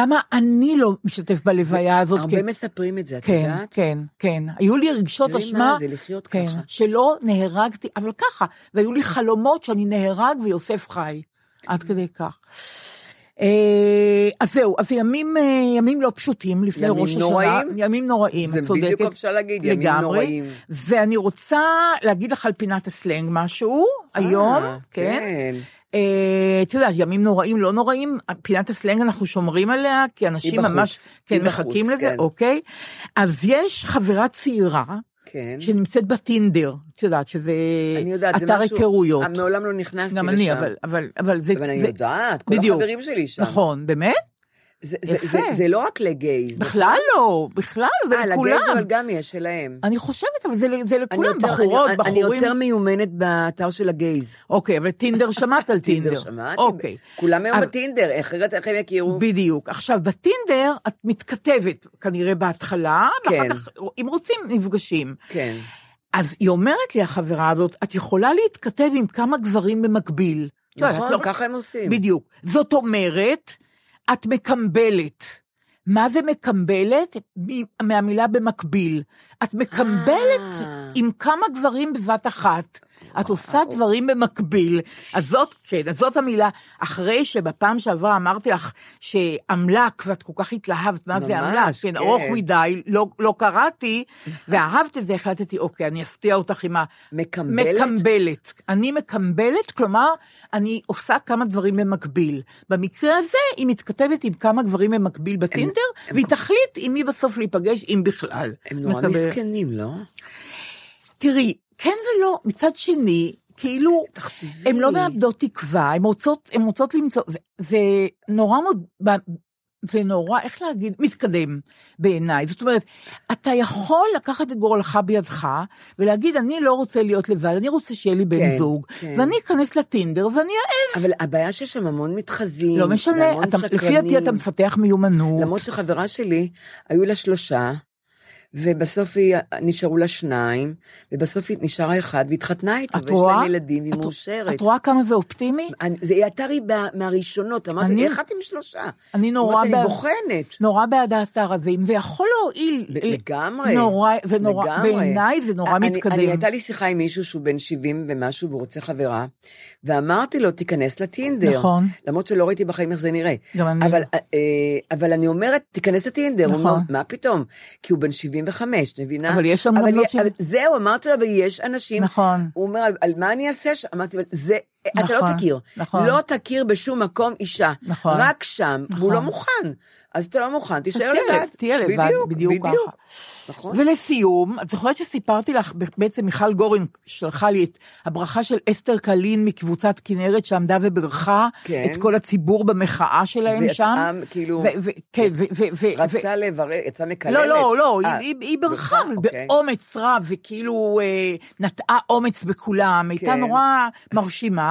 Speaker 5: למה אני לא משתתף בלוויה הזאת?
Speaker 6: הרבה
Speaker 5: כי-
Speaker 6: מספרים את זה, את
Speaker 5: כן,
Speaker 6: יודעת?
Speaker 5: כן, כן. היו לי רגשות
Speaker 6: תראי מה
Speaker 5: אשמה,
Speaker 6: זה לחיות
Speaker 5: כן,
Speaker 6: ככה.
Speaker 5: שלא נהרגתי, אבל
Speaker 6: כן.
Speaker 5: ככה, והיו לי חלומות שאני נהרג ויוסף חי, עד כדי כך. אה, אז זהו, אז ימים, אה, ימים לא פשוטים לפני
Speaker 6: ימים
Speaker 5: ראש השנה.
Speaker 6: נוראים?
Speaker 5: ימים נוראים,
Speaker 6: זה
Speaker 5: את צודקת.
Speaker 6: בדיוק מה אפשר להגיד, ימים
Speaker 5: לגמרי.
Speaker 6: נוראים.
Speaker 5: ואני רוצה להגיד לך על פינת הסלנג משהו, היום,
Speaker 6: אה,
Speaker 5: כן.
Speaker 6: כן.
Speaker 5: אה, את יודעת, ימים נוראים, לא נוראים, פינת הסלנג אנחנו שומרים עליה, כי אנשים
Speaker 6: בחוץ,
Speaker 5: ממש,
Speaker 6: היא
Speaker 5: כן,
Speaker 6: בחוץ,
Speaker 5: מחכים לזה,
Speaker 6: כן.
Speaker 5: אוקיי? אז יש חברה צעירה,
Speaker 6: כן.
Speaker 5: שנמצאת בטינדר, את יודעת, שזה
Speaker 6: אני יודעת, זה משהו...
Speaker 5: אתר היכרויות.
Speaker 6: מעולם לא נכנסתי
Speaker 5: גם
Speaker 6: לשם.
Speaker 5: אני, אבל, אבל, אבל זה...
Speaker 6: אבל אני
Speaker 5: זה-
Speaker 6: יודעת, כל
Speaker 5: בדיוק.
Speaker 6: החברים שלי שם.
Speaker 5: נכון, באמת?
Speaker 6: זה, זה,
Speaker 5: יפה.
Speaker 6: זה, זה לא רק לגייז.
Speaker 5: בכלל לא, בכלל לא, זה
Speaker 6: אה,
Speaker 5: לכולם.
Speaker 6: לגייז אבל גם יש שלהם.
Speaker 5: אני חושבת, אבל זה, ל- זה
Speaker 6: אני
Speaker 5: לכולם,
Speaker 6: יותר-
Speaker 5: בחורות,
Speaker 6: אני, אני
Speaker 5: בחורים.
Speaker 6: יותר מיומנת באתר של הגייז.
Speaker 5: אוקיי, אבל טינדר שמעת על טינדר.
Speaker 6: טינדר שמעתי.
Speaker 5: אוקיי.
Speaker 6: כולם היום
Speaker 5: אבל-
Speaker 6: בטינדר, אחרת איך הם יכירו?
Speaker 5: בדיוק. עכשיו, בטינדר את מתכתבת כנראה בהתחלה, ואחר
Speaker 6: כן.
Speaker 5: כך, אם רוצים, נפגשים.
Speaker 6: כן.
Speaker 5: אז היא אומרת לי, החברה הזאת, את יכולה להתכתב עם כמה גברים במקביל. את יודעת, את
Speaker 6: נכון,
Speaker 5: לא-
Speaker 6: ככה הם עושים.
Speaker 5: בדיוק. זאת אומרת, את מקמבלת. מה זה מקמבלת? מ- מהמילה במקביל. את מקמבלת
Speaker 6: אה.
Speaker 5: עם כמה גברים בבת אחת. את עושה דברים במקביל. אז זאת, כן, אז זאת המילה. אחרי שבפעם שעברה אמרתי לך שאמל"ק, ואת כל כך התלהבת, מה זה
Speaker 6: ממש,
Speaker 5: אמל"ק? כן,
Speaker 6: כן.
Speaker 5: ארוך מדי, לא, לא קראתי, ואהבת את זה, החלטתי, אוקיי, אני אפתיע אותך עם ה...
Speaker 6: מקמבלת?
Speaker 5: מקמבלת. אני מקמבלת, כלומר, אני עושה כמה דברים במקביל. במקרה הזה, היא מתכתבת עם כמה גברים במקביל בטינדר, והיא תחליט עם מי בסוף להיפגש, אם בכלל.
Speaker 6: הם נורא
Speaker 5: מקבל-
Speaker 6: מסכנים, לא?
Speaker 5: תראי, כן ולא, מצד שני, כאילו,
Speaker 6: תחשבי.
Speaker 5: הן לא מאבדות תקווה, הן רוצות, הן רוצות למצוא, זה, זה נורא מוד... ב- זה נורא, איך להגיד, מתקדם בעיניי. זאת אומרת, אתה יכול לקחת את גורלך בידך ולהגיד, אני לא רוצה להיות לבד, אני רוצה שיהיה לי בן
Speaker 6: כן,
Speaker 5: זוג,
Speaker 6: כן.
Speaker 5: ואני אכנס לטינדר ואני אעז.
Speaker 6: אבל הבעיה שיש שם המון מתחזים.
Speaker 5: לא משנה,
Speaker 6: והמון
Speaker 5: אתה, לפי
Speaker 6: שקרנים.
Speaker 5: דעתי אתה מפתח מיומנות.
Speaker 6: למרות שחברה שלי, היו לה שלושה, ובסוף היא, נשארו לה שניים, ובסוף היא נשארה אחד, והתחתנה איתו,
Speaker 5: את
Speaker 6: ויש
Speaker 5: רואה?
Speaker 6: להם ילדים, והיא
Speaker 5: את-
Speaker 6: מאושרת.
Speaker 5: את רואה כמה זה אופטימי?
Speaker 6: אני- זה הייתה לי ב- מהראשונות, אמרתי,
Speaker 5: אני-
Speaker 6: איך את עם שלושה?
Speaker 5: אני נורא
Speaker 6: אמרתי, אני
Speaker 5: בעד-
Speaker 6: בוחנת.
Speaker 5: נורא בעד האתר הזה, אם זה יכול להועיל.
Speaker 6: ב- לגמרי.
Speaker 5: נורא, זה נורא,
Speaker 6: לגמרי.
Speaker 5: בעיניי זה נורא
Speaker 6: אני-
Speaker 5: מתקדם.
Speaker 6: אני, הייתה לי שיחה עם מישהו שהוא בן 70 ומשהו והוא רוצה חברה, ואמרתי לו, תיכנס לטינדר.
Speaker 5: נכון.
Speaker 6: למרות שלא ראיתי בחיים איך זה נראה.
Speaker 5: גם אני
Speaker 6: אבל,
Speaker 5: לא.
Speaker 6: אה, אה, אבל אני אומרת, תיכנס לטינדר. הוא
Speaker 5: נכון.
Speaker 6: אומר, מה פתאום? כי הוא בן 75, את מבינה?
Speaker 5: אבל יש שם גם
Speaker 6: אבל
Speaker 5: בנות
Speaker 6: י- אבל
Speaker 5: שבעים.
Speaker 6: זהו, אמרתי לו, אבל יש אנשים.
Speaker 5: נכון.
Speaker 6: הוא אומר, על- על מה אני אעשה שם? אמרתי, אבל זה... אתה לא
Speaker 5: נכון,
Speaker 6: תכיר,
Speaker 5: נכון.
Speaker 6: לא תכיר בשום מקום אישה,
Speaker 5: נכון.
Speaker 6: רק שם, והוא
Speaker 5: נכון.
Speaker 6: לא מוכן, אז אתה לא מוכן,
Speaker 5: אז
Speaker 6: תישאר
Speaker 5: תהיה
Speaker 6: לבד,
Speaker 5: לב- תהיה לבד, בדיוק ככה.
Speaker 6: נכון.
Speaker 5: ולסיום, את זוכרת שסיפרתי לך, בעצם מיכל גורן שלחה לי את הברכה של אסתר קלין מקבוצת כנרת שעמדה וברכה
Speaker 6: כן.
Speaker 5: את כל הציבור במחאה שלהם
Speaker 6: ויצאה,
Speaker 5: שם.
Speaker 6: כאילו-
Speaker 5: ו- ו- כן, ו... ו- ו-
Speaker 6: רצה לברך, יצאה מקללת.
Speaker 5: לא, לא, לא,
Speaker 6: אה,
Speaker 5: היא, היא, היא ברכה, אבל
Speaker 6: אוקיי.
Speaker 5: באומץ רב, וכאילו אה, נטעה אומץ בכולם, הייתה
Speaker 6: כן.
Speaker 5: נורא מרשימה.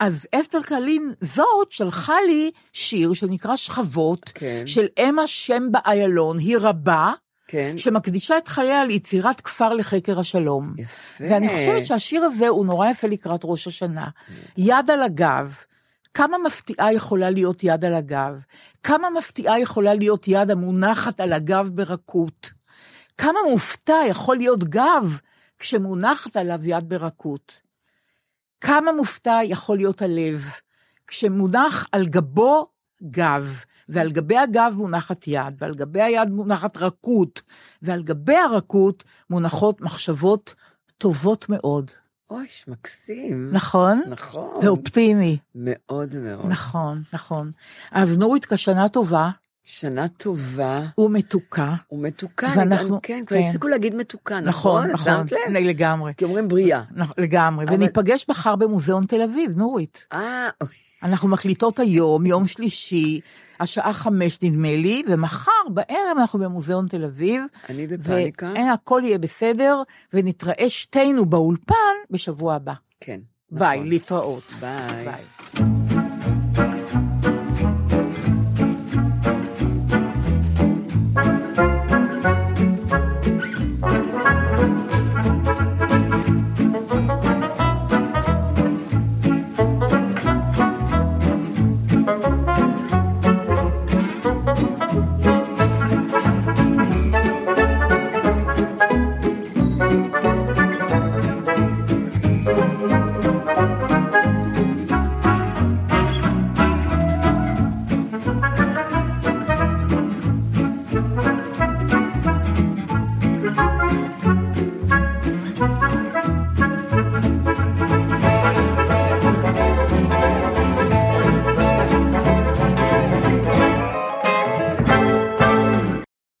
Speaker 5: אז אסתר קלין זאת שלחה לי שיר שנקרא שכבות,
Speaker 6: כן.
Speaker 5: של אמה שם באיילון, היא רבה.
Speaker 6: כן.
Speaker 5: שמקדישה את חייה ליצירת כפר לחקר השלום.
Speaker 6: יפה.
Speaker 5: ואני חושבת שהשיר הזה הוא נורא יפה לקראת ראש השנה. יד על הגב, כמה מפתיעה יכולה להיות יד על הגב? כמה מפתיעה יכולה להיות יד המונחת על הגב ברכות? כמה מופתע יכול להיות גב כשמונחת עליו יד ברכות? כמה מופתע יכול להיות הלב כשמונח על גבו גב, ועל גבי הגב מונחת יד, ועל גבי היד מונחת רכות, ועל גבי הרכות מונחות מחשבות טובות מאוד.
Speaker 6: אוי, מקסים.
Speaker 5: נכון?
Speaker 6: נכון.
Speaker 5: זה אופטימי.
Speaker 6: מאוד מאוד.
Speaker 5: נכון, נכון. אז נורית, כשנה טובה
Speaker 6: שנה טובה
Speaker 5: ומתוקה.
Speaker 6: ומתוקה.
Speaker 5: ואנחנו-
Speaker 6: אני- כן, כבר
Speaker 5: כן.
Speaker 6: הפסיקו להגיד מתוקה, נכון?
Speaker 5: נכון,
Speaker 6: את
Speaker 5: נכון,
Speaker 6: שמת לב?
Speaker 5: לגמרי. נכון.
Speaker 6: כי אומרים בריאה.
Speaker 5: נכ- לגמרי,
Speaker 6: אבל-
Speaker 5: וניפגש מחר במוזיאון תל אביב, נורית.
Speaker 6: אה, אוי,
Speaker 5: אנחנו מקליטות היום, יום שלישי, השעה חמש נדמה לי, ומחר בערב אנחנו במוזיאון תל אביב.
Speaker 6: אני בפאניקה.
Speaker 5: והכל יהיה בסדר, ונתראה שתינו באולפן בשבוע הבא.
Speaker 6: כן.
Speaker 5: ביי,
Speaker 6: נכון.
Speaker 5: להתראות.
Speaker 6: ביי.
Speaker 5: ביי.